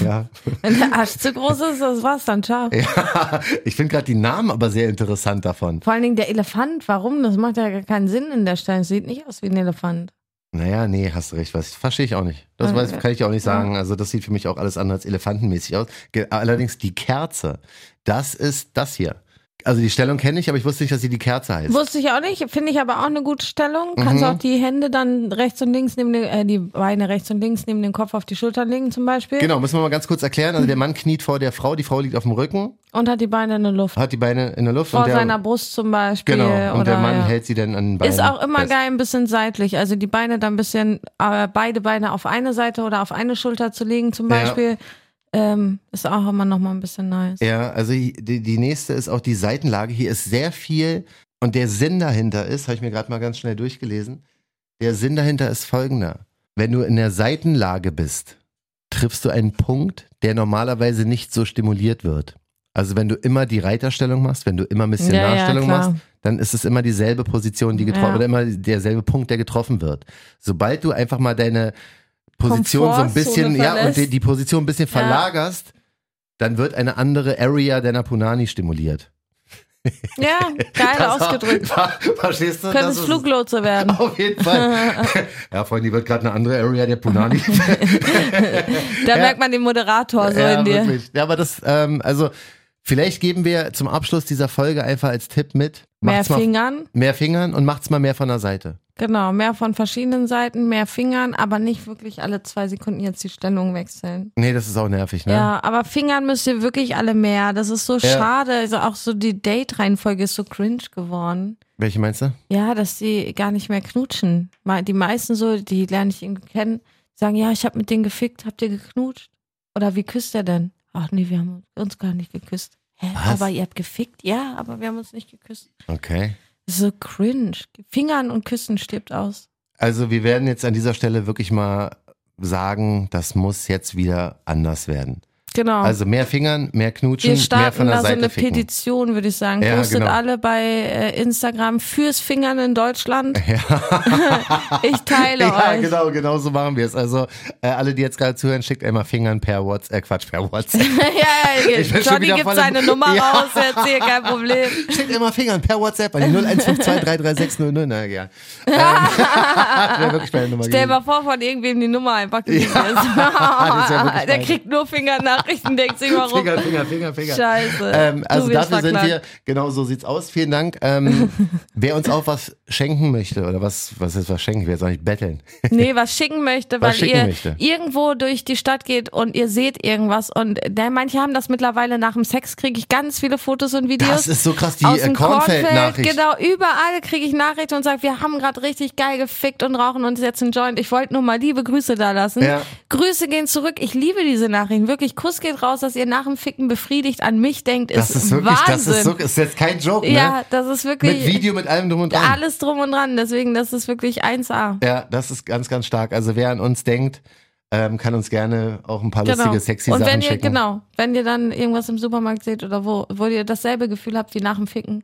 Speaker 2: ja.
Speaker 3: Wenn der Arsch zu groß ist, das war's dann, ciao.
Speaker 2: ja. Ich finde gerade die Namen aber sehr interessant davon.
Speaker 3: Vor allen Dingen der Elefant, warum? Das macht ja gar keinen Sinn in der Stelle. Es sieht nicht aus wie ein Elefant.
Speaker 2: Naja, nee, hast du recht, was verstehe ich auch nicht. Das
Speaker 3: Okay.
Speaker 2: weiß, kann ich auch nicht sagen. Also das sieht für mich auch alles andere als elefantenmäßig aus. Ge- Allerdings die Kerze, das ist das hier. Also die Stellung kenne ich, aber ich wusste nicht, dass sie die Kerze heißt.
Speaker 3: Wusste ich auch nicht, finde ich aber auch eine gute Stellung. Kannst
Speaker 2: Mhm.
Speaker 3: auch die Hände dann rechts und links neben den, äh, die Beine rechts und links neben den Kopf auf die Schultern legen zum Beispiel.
Speaker 2: Genau, müssen wir mal ganz kurz erklären. Also der Mann kniet vor der Frau, die Frau liegt auf dem Rücken,
Speaker 3: Und hat die Beine in der Luft.
Speaker 2: hat die Beine in der Luft.
Speaker 3: Vor
Speaker 2: und der,
Speaker 3: seiner Brust zum Beispiel.
Speaker 2: Genau, und
Speaker 3: oder,
Speaker 2: der Mann
Speaker 3: ja.
Speaker 2: hält sie dann an den Beinen.
Speaker 3: Ist auch immer
Speaker 2: fest.
Speaker 3: geil, ein bisschen seitlich. Also die Beine dann ein bisschen, äh, beide Beine auf eine Seite oder auf eine Schulter zu legen zum
Speaker 2: Ja.
Speaker 3: Beispiel. Ähm, ist auch immer nochmal ein bisschen nice.
Speaker 2: Ja, also die, die nächste ist auch die Seitenlage. Hier ist sehr viel und der Sinn dahinter ist, habe ich mir gerade mal ganz schnell durchgelesen, der Sinn dahinter ist folgender. Wenn du in der Seitenlage bist, triffst du einen Punkt, der normalerweise nicht so stimuliert wird. Also wenn du immer die Reiterstellung machst, wenn du immer Missionarstellung
Speaker 3: klar.
Speaker 2: machst, dann ist es immer dieselbe Position, die getroffen
Speaker 3: Ja.
Speaker 2: oder immer derselbe Punkt, der getroffen wird. Sobald du einfach mal deine Position so ein bisschen,
Speaker 3: Komfortzone
Speaker 2: ja, und
Speaker 3: verlässt.
Speaker 2: die, die Position ein bisschen verlagerst, dann wird eine andere Area deiner Punani stimuliert.
Speaker 3: Ja, geil
Speaker 2: Das war-
Speaker 3: ausgedrückt.
Speaker 2: War, verstehst du?
Speaker 3: Könnte
Speaker 2: Das
Speaker 3: es
Speaker 2: ist-
Speaker 3: Fluglotse werden.
Speaker 2: Auf jeden Fall. ja, Freunde, die wird gerade eine andere Area der Punani.
Speaker 3: Da merkt man den Moderator so
Speaker 2: ja,
Speaker 3: in dir.
Speaker 2: wirklich. Ja, aber das, ähm, also, vielleicht geben wir zum Abschluss dieser Folge einfach als Tipp mit.
Speaker 3: Mehr
Speaker 2: Macht's mal
Speaker 3: Fingern,
Speaker 2: mehr Fingern und macht's mal mehr von der Seite.
Speaker 3: genau, mehr von verschiedenen Seiten, mehr Fingern, aber nicht wirklich alle zwei Sekunden jetzt die Stellung wechseln.
Speaker 2: Nee, das ist auch nervig, ne?
Speaker 3: Ja, aber Fingern müsst ihr wirklich alle mehr. Das ist so schade. Also auch so die Date-Reihenfolge ist so cringe geworden.
Speaker 2: Welche meinst du?
Speaker 3: Ja, dass die gar nicht mehr knutschen. Me- Die meisten so, die lerne ich irgendwie kennen, sagen, ja, ich habe mit denen gefickt, habt ihr geknutscht? Oder wie küsst er denn? Ach nee, wir haben uns gar nicht geküsst. Hä?
Speaker 2: Was?
Speaker 3: Aber ihr habt gefickt? Ja, aber wir haben uns nicht geküsst.
Speaker 2: Okay.
Speaker 3: Das ist so cringe. Fingern und Küssen stirbt aus.
Speaker 2: Also, wir werden jetzt an dieser Stelle wirklich mal sagen, das muss jetzt wieder anders werden.
Speaker 3: Genau.
Speaker 2: Also mehr Fingern, mehr Knutschen,
Speaker 3: wir
Speaker 2: mehr
Speaker 3: starten
Speaker 2: von der
Speaker 3: da so
Speaker 2: Seite
Speaker 3: eine
Speaker 2: ficken.
Speaker 3: Petition, würde ich sagen.
Speaker 2: Ja,
Speaker 3: Postet
Speaker 2: genau.
Speaker 3: alle bei äh, Instagram fürs Fingern in Deutschland. ich teile
Speaker 2: Ja,
Speaker 3: euch.
Speaker 2: genau, genau so machen wir es. Also äh, alle, die jetzt gerade zuhören, schickt einmal Fingern per WhatsApp, äh, Quatsch, per WhatsApp.
Speaker 3: ja, ja, ja.
Speaker 2: Ich bin schon
Speaker 3: Johnny
Speaker 2: wieder
Speaker 3: gibt
Speaker 2: voll im-
Speaker 3: seine Nummer
Speaker 2: Ja.
Speaker 3: raus, jetzt hier kein Problem.
Speaker 2: schickt immer Fingern per WhatsApp an die 015233600. Na ja. Ähm, das wäre wirklich meine Nummer
Speaker 3: Stell dir
Speaker 2: gewesen.
Speaker 3: mal vor, von irgendwem die Nummer einfach gegeben
Speaker 2: Das wär wirklich
Speaker 3: ist. Der
Speaker 2: geil.
Speaker 3: kriegt nur Fingernachrichten, denkt sich warum.
Speaker 2: Finger, Finger, Finger, Finger.
Speaker 3: Scheiße.
Speaker 2: Ähm, also
Speaker 3: Du wirst
Speaker 2: dafür sind wir,
Speaker 3: verklagt.
Speaker 2: genau so sieht's aus. Vielen Dank. Ähm, wer uns auch was schenken möchte, oder was, was ist was schenken? Ich will jetzt auch nicht betteln.
Speaker 3: Nee, was schicken möchte, weil
Speaker 2: Was schicken
Speaker 3: ihr
Speaker 2: möchte.
Speaker 3: irgendwo durch die Stadt geht und ihr seht irgendwas. Und äh, manche haben das mittlerweile nach dem Sex, kriege ich ganz viele Fotos und Videos.
Speaker 2: Das ist so krass, die
Speaker 3: aus
Speaker 2: äh,
Speaker 3: dem
Speaker 2: Kornfeld-Nachricht.
Speaker 3: Genau, überall kriege ich Nachrichten und sage, wir haben gerade richtig geil gefickt und rauchen uns jetzt einen Joint. Ich wollte nur mal liebe Grüße da lassen.
Speaker 2: Ja.
Speaker 3: Grüße gehen zurück. Ich liebe diese Nachrichten. Wirklich, Kuss geht raus, dass ihr nach dem Ficken befriedigt an mich denkt.
Speaker 2: Das ist wirklich,
Speaker 3: Wahnsinn.
Speaker 2: das ist, so, ist jetzt kein Joke, ne?
Speaker 3: Ja, das ist wirklich
Speaker 2: Mit Video, mit allem drum und dran.
Speaker 3: alles drum und dran. Deswegen, das ist wirklich 1A.
Speaker 2: Ja, das ist ganz, ganz stark. Also wer an uns denkt, ähm, kann uns gerne auch ein paar
Speaker 3: Genau.
Speaker 2: lustige, sexy
Speaker 3: und
Speaker 2: Sachen
Speaker 3: wenn ihr,
Speaker 2: schicken.
Speaker 3: genau, wenn ihr dann irgendwas im Supermarkt seht oder wo, wo ihr dasselbe Gefühl habt wie nach dem Ficken,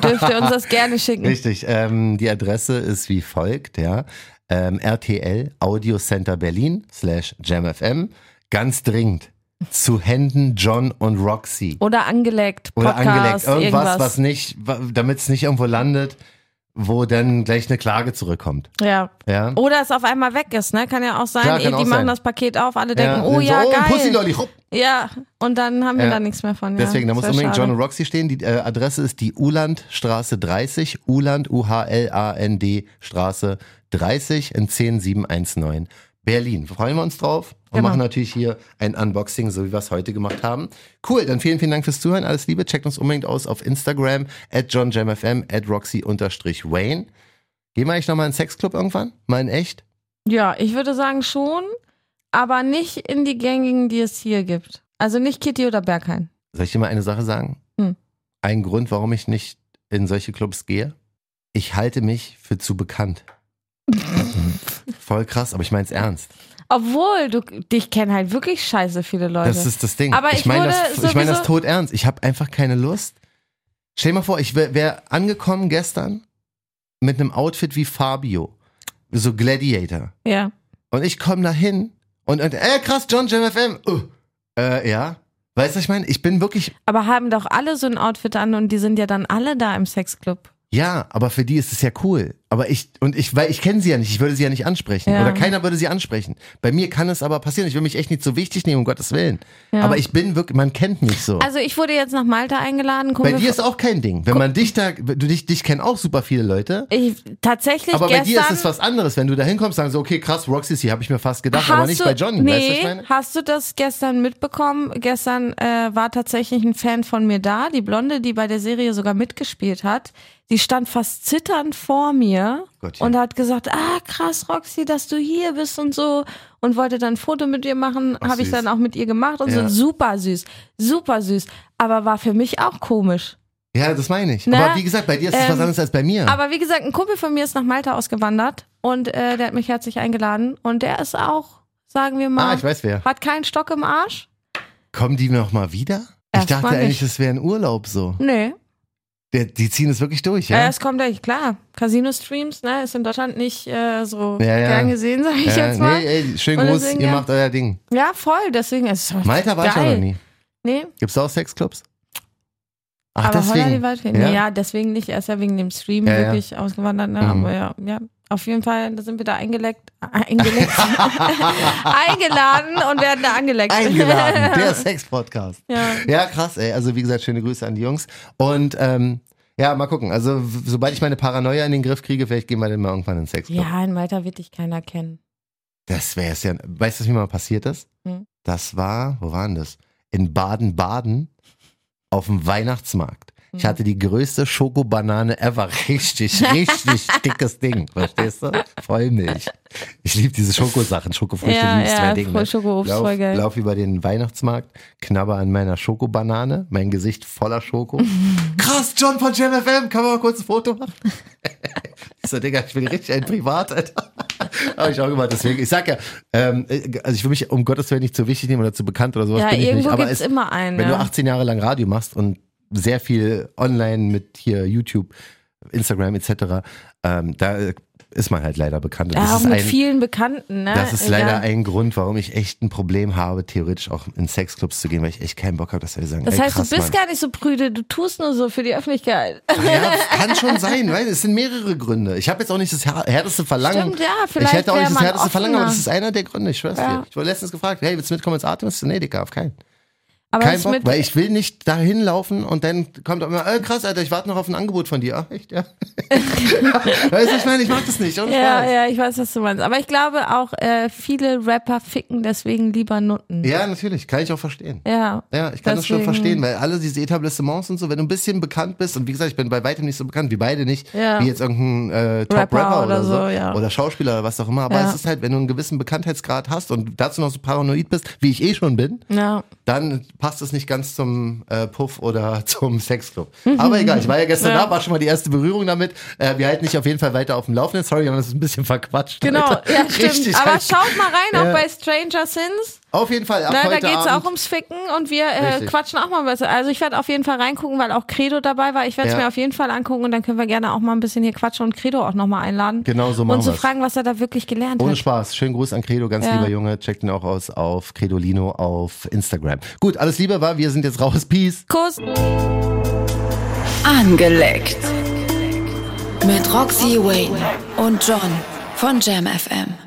Speaker 3: dürft ihr uns das gerne schicken.
Speaker 2: Richtig. Ähm, die Adresse ist wie folgt, ja. Ähm, RTL Audio Center Berlin slash JamFM. Ganz dringend. Zu Händen John und Roxy.
Speaker 3: Oder angelegt,
Speaker 2: Oder
Speaker 3: Oh, Podcast,
Speaker 2: angelegt. Irgendwas,
Speaker 3: irgendwas.
Speaker 2: was nicht, damit es nicht irgendwo landet, wo dann gleich eine Klage zurückkommt.
Speaker 3: Ja.
Speaker 2: Ja.
Speaker 3: Oder es auf einmal weg ist, ne? Kann ja auch sein,
Speaker 2: Klar,
Speaker 3: eh,
Speaker 2: kann
Speaker 3: die
Speaker 2: auch
Speaker 3: machen
Speaker 2: sein.
Speaker 3: das Paket auf, alle denken,
Speaker 2: dann
Speaker 3: oh ja,
Speaker 2: so,
Speaker 3: geil.
Speaker 2: Pussy Lolli, hopp.
Speaker 3: Ja, und dann haben wir
Speaker 2: Ja.
Speaker 3: da nichts mehr von. Ja.
Speaker 2: Deswegen, da
Speaker 3: Das
Speaker 2: muss
Speaker 3: wär
Speaker 2: unbedingt
Speaker 3: schade.
Speaker 2: John und Roxy stehen. Die äh, Adresse ist die Ulandstraße 30, Uland, U-H-L-A-N-D, Straße 30 in 10719 Berlin. Freuen wir uns drauf und
Speaker 3: Genau.
Speaker 2: machen natürlich hier ein Unboxing, so wie wir es heute gemacht haben. Cool, dann vielen, vielen Dank fürs Zuhören. Alles Liebe. Checkt uns unbedingt aus auf Instagram, at johnjamfm, at roxy-wayne. Gehen wir eigentlich nochmal in den Sexclub irgendwann? Mal in echt?
Speaker 3: Ja, ich würde sagen schon, aber nicht in die gängigen, die es hier gibt. Also nicht Kitty oder Berghain.
Speaker 2: Soll ich dir mal eine Sache sagen?
Speaker 3: Hm.
Speaker 2: Ein Grund, warum ich nicht in solche Clubs gehe? Ich halte mich für zu bekannt. Voll krass, aber ich meine es ernst.
Speaker 3: Obwohl, du, dich kennen halt wirklich scheiße viele Leute.
Speaker 2: Das ist das Ding.
Speaker 3: Aber ich
Speaker 2: meine
Speaker 3: wurde
Speaker 2: das, ich meine das
Speaker 3: sowieso-
Speaker 2: tot ernst. Ich habe einfach keine Lust. Stell dir mal vor, ich wäre wär angekommen gestern mit einem Outfit wie Fabio, so Gladiator.
Speaker 3: ja.
Speaker 2: Und ich komme da hin und, und äh, krass, John Jam FM. Uh, äh, ja. Weißt du, was ich meine? Ich bin wirklich
Speaker 3: Aber haben doch alle so ein Outfit an und die sind ja dann alle da im Sexclub.
Speaker 2: Ja, aber für die ist es ja cool. Aber ich, und ich, weil ich kenne sie ja nicht, ich würde sie ja nicht ansprechen.
Speaker 3: Ja.
Speaker 2: Oder keiner würde sie ansprechen. Bei mir kann es aber passieren. Ich will mich echt nicht so wichtig nehmen, um Gottes Willen.
Speaker 3: Ja.
Speaker 2: Aber ich bin wirklich, man kennt mich so.
Speaker 3: Also ich wurde jetzt nach Malta eingeladen.
Speaker 2: bei
Speaker 3: Kumpel
Speaker 2: dir ist auch kein Ding. Wenn man dich da, du dich, dich kennen auch super viele Leute.
Speaker 3: ich, tatsächlich
Speaker 2: Aber bei
Speaker 3: gestern
Speaker 2: dir ist es was anderes. Wenn du da hinkommst, sagen so, okay, krass, Roxy ist hier, habe ich mir fast gedacht,
Speaker 3: Hast
Speaker 2: aber nicht
Speaker 3: du,
Speaker 2: bei Johnny.
Speaker 3: Nee,
Speaker 2: Weißt du, was ich meine?
Speaker 3: hast du das gestern mitbekommen? Gestern äh, war tatsächlich ein Fan von mir da, die Blonde, die bei der Serie sogar mitgespielt hat. Die stand fast zitternd vor mir
Speaker 2: Gottchen.
Speaker 3: und hat gesagt, ah krass Roxy, dass du hier bist und so und wollte dann ein Foto mit ihr machen,
Speaker 2: Ach,
Speaker 3: habe ich
Speaker 2: süß.
Speaker 3: dann auch mit ihr gemacht und
Speaker 2: Ja.
Speaker 3: so super süß, super süß, aber war für mich auch komisch.
Speaker 2: Ja, das meine ich.
Speaker 3: Na,
Speaker 2: aber wie gesagt, bei dir ist es was
Speaker 3: Ne? ähm,
Speaker 2: anderes als bei mir.
Speaker 3: Aber wie gesagt, ein Kumpel von mir ist nach Malta ausgewandert und äh, der hat mich herzlich eingeladen und der ist auch, sagen wir mal,
Speaker 2: ah, ich weiß wer.
Speaker 3: hat keinen Stock im Arsch.
Speaker 2: Kommen die noch mal wieder? Ich
Speaker 3: Erstmal
Speaker 2: dachte eigentlich,
Speaker 3: nicht.
Speaker 2: es wäre ein Urlaub so.
Speaker 3: Nee.
Speaker 2: Der, die ziehen es wirklich durch, ja?
Speaker 3: Ja, es kommt gleich, klar. Casino-Streams, ne, ist in Deutschland nicht äh, so
Speaker 2: Ja, ja.
Speaker 3: gern gesehen, sag ich
Speaker 2: Ja,
Speaker 3: jetzt mal.
Speaker 2: Äh, Nee, ey, schön
Speaker 3: Und
Speaker 2: groß,
Speaker 3: deswegen,
Speaker 2: ihr
Speaker 3: ja.
Speaker 2: macht euer Ding.
Speaker 3: Ja, voll, deswegen ist es
Speaker 2: Malta war ich auch
Speaker 3: geil.
Speaker 2: noch nie.
Speaker 3: Nee,
Speaker 2: Gibt's da auch Sexclubs? Ach,
Speaker 3: aber Holland die
Speaker 2: deswegen.
Speaker 3: Waldfee.
Speaker 2: Ja.
Speaker 3: Nee, ja, deswegen nicht. Er ist ja wegen dem Stream
Speaker 2: Ja, ja.
Speaker 3: wirklich ausgewandert. Ne?
Speaker 2: Mhm.
Speaker 3: Aber ja, ja, auf jeden Fall, da sind wir da eingeleckt, eingeleckt, eingeladen und werden da angeleckt.
Speaker 2: Eingeladen, der Sex-Podcast.
Speaker 3: ja.
Speaker 2: Ja, krass, ey. Also wie gesagt, schöne Grüße an die Jungs. Und ähm, ja, mal gucken. Also w- sobald ich meine Paranoia in den Griff kriege, vielleicht gehen wir dann mal irgendwann in den Sexclub.
Speaker 3: ja, in Malta wird dich keiner kennen.
Speaker 2: Das wäre es ja. Weißt du, was mir mal passiert ist?
Speaker 3: Hm.
Speaker 2: Das war, wo waren das? In Baden-Baden auf dem Weihnachtsmarkt. Ich
Speaker 3: Hm.
Speaker 2: hatte die größte Schokobanane ever. Richtig, richtig dickes Ding. Verstehst du? Vollmilch. Ich liebe diese Schokosachen. Schokofrüchte,
Speaker 3: ja,
Speaker 2: liebst
Speaker 3: ja,
Speaker 2: mein Ding. Ne?
Speaker 3: Schoko-Obst, voll
Speaker 2: Lauf,
Speaker 3: geil.
Speaker 2: lauf über den Weihnachtsmarkt, knabber an meiner Schokobanane, mein Gesicht voller Schoko. Krass, John von JamFM, kann man mal kurz ein Foto machen? Ich so, Also, Digga, ich bin richtig ein Privat, Alter. Habe ich auch gemacht, deswegen, ich sag ja, ähm, also ich will mich um Gottes Willen nicht zu wichtig nehmen oder zu bekannt oder sowas
Speaker 3: Ja,
Speaker 2: bin ich nicht.
Speaker 3: irgendwo
Speaker 2: Aber
Speaker 3: gibt
Speaker 2: es,
Speaker 3: es immer einen.
Speaker 2: wenn du
Speaker 3: ja.
Speaker 2: 18 Jahre lang Radio machst und sehr viel online mit hier YouTube, Instagram etc., ähm, da ist man halt leider bekannt. Und
Speaker 3: ja,
Speaker 2: das
Speaker 3: auch
Speaker 2: ist
Speaker 3: mit
Speaker 2: ein,
Speaker 3: vielen Bekannten, ne?
Speaker 2: das ist
Speaker 3: Egal.
Speaker 2: leider ein Grund, warum ich echt ein Problem habe, theoretisch auch in Sexclubs zu gehen, weil ich echt keinen Bock habe, dass wir sagen,
Speaker 3: Das
Speaker 2: ey,
Speaker 3: heißt,
Speaker 2: krass,
Speaker 3: du bist
Speaker 2: Mann.
Speaker 3: gar nicht so prüde, du tust nur so für die Öffentlichkeit.
Speaker 2: Ah Ja, kann schon sein, weil es sind mehrere Gründe. Ich habe jetzt auch nicht das her- härteste Verlangen.
Speaker 3: Stimmt, ja, vielleicht
Speaker 2: ich hätte auch
Speaker 3: wär
Speaker 2: nicht das
Speaker 3: man
Speaker 2: härteste Verlangen, aber
Speaker 3: offener.
Speaker 2: das ist einer der Gründe, ich schwör's
Speaker 3: Ja.
Speaker 2: dir. Ich wurde letztens gefragt, hey, willst du mitkommen ins Artemis? Nee, Digga, auf keinen.
Speaker 3: Aber
Speaker 2: Kein
Speaker 3: das
Speaker 2: Bock,
Speaker 3: mit,
Speaker 2: weil ich will nicht dahin laufen und dann kommt auch immer, äh, krass, Alter, ich warte noch auf ein Angebot von dir. Ach, echt, ja. weißt du, ich meine, ich mach das nicht. ohne
Speaker 3: ja,
Speaker 2: Spaß.
Speaker 3: ja, ich weiß, was du meinst. Aber ich glaube auch, äh, viele Rapper ficken deswegen lieber Nutten.
Speaker 2: ja, natürlich, kann ich auch verstehen.
Speaker 3: Ja.
Speaker 2: Ja, ich kann das schon
Speaker 3: Deswegen-
Speaker 2: verstehen, weil alle diese Etablissements und so, wenn du ein bisschen bekannt bist, und wie gesagt, ich bin bei weitem nicht so bekannt, wie beide nicht,
Speaker 3: Ja.
Speaker 2: wie jetzt irgendein äh, Top-Rapper
Speaker 3: Rapper
Speaker 2: oder,
Speaker 3: oder
Speaker 2: so,
Speaker 3: so, ja.
Speaker 2: oder Schauspieler oder was auch immer, aber
Speaker 3: Ja.
Speaker 2: es ist halt, wenn du einen gewissen Bekanntheitsgrad hast und dazu noch so paranoid bist, wie ich eh schon bin,
Speaker 3: Ja.
Speaker 2: dann passt es nicht ganz zum äh, Puff oder zum Sexclub. Aber egal, ich war ja gestern
Speaker 3: Ja.
Speaker 2: da, war schon mal die erste Berührung damit. Äh, wir halten dich auf jeden Fall weiter auf dem Laufenden. Sorry, wir haben das ein bisschen verquatscht.
Speaker 3: Genau,
Speaker 2: Alter.
Speaker 3: ja, stimmt.
Speaker 2: Richtig,
Speaker 3: Aber
Speaker 2: Alter.
Speaker 3: schaut mal rein,
Speaker 2: Ja.
Speaker 3: auch bei Stranger Sins.
Speaker 2: Auf jeden Fall, ab
Speaker 3: Ne, da
Speaker 2: heute
Speaker 3: geht's
Speaker 2: Abend.
Speaker 3: auch ums Ficken und wir äh,
Speaker 2: Richtig.
Speaker 3: quatschen auch mal besser. Also ich werde auf jeden Fall reingucken, weil auch Credo dabei war. Ich werde es
Speaker 2: Ja.
Speaker 3: mir auf jeden Fall angucken und dann können wir gerne auch mal ein bisschen hier quatschen und Credo auch nochmal einladen.
Speaker 2: Genau so machen
Speaker 3: Und zu
Speaker 2: wir's.
Speaker 3: fragen, was er da wirklich gelernt
Speaker 2: Ohne
Speaker 3: hat.
Speaker 2: Spaß. Schönen Gruß an Credo, ganz
Speaker 3: Ja.
Speaker 2: lieber Junge. Checkt ihn auch aus auf Credolino auf Instagram. Gut, alles Liebe war, wir sind jetzt raus. Peace.
Speaker 3: Kuss.
Speaker 1: Angeleckt. Mit Roxy Wayne und John von Jam FM.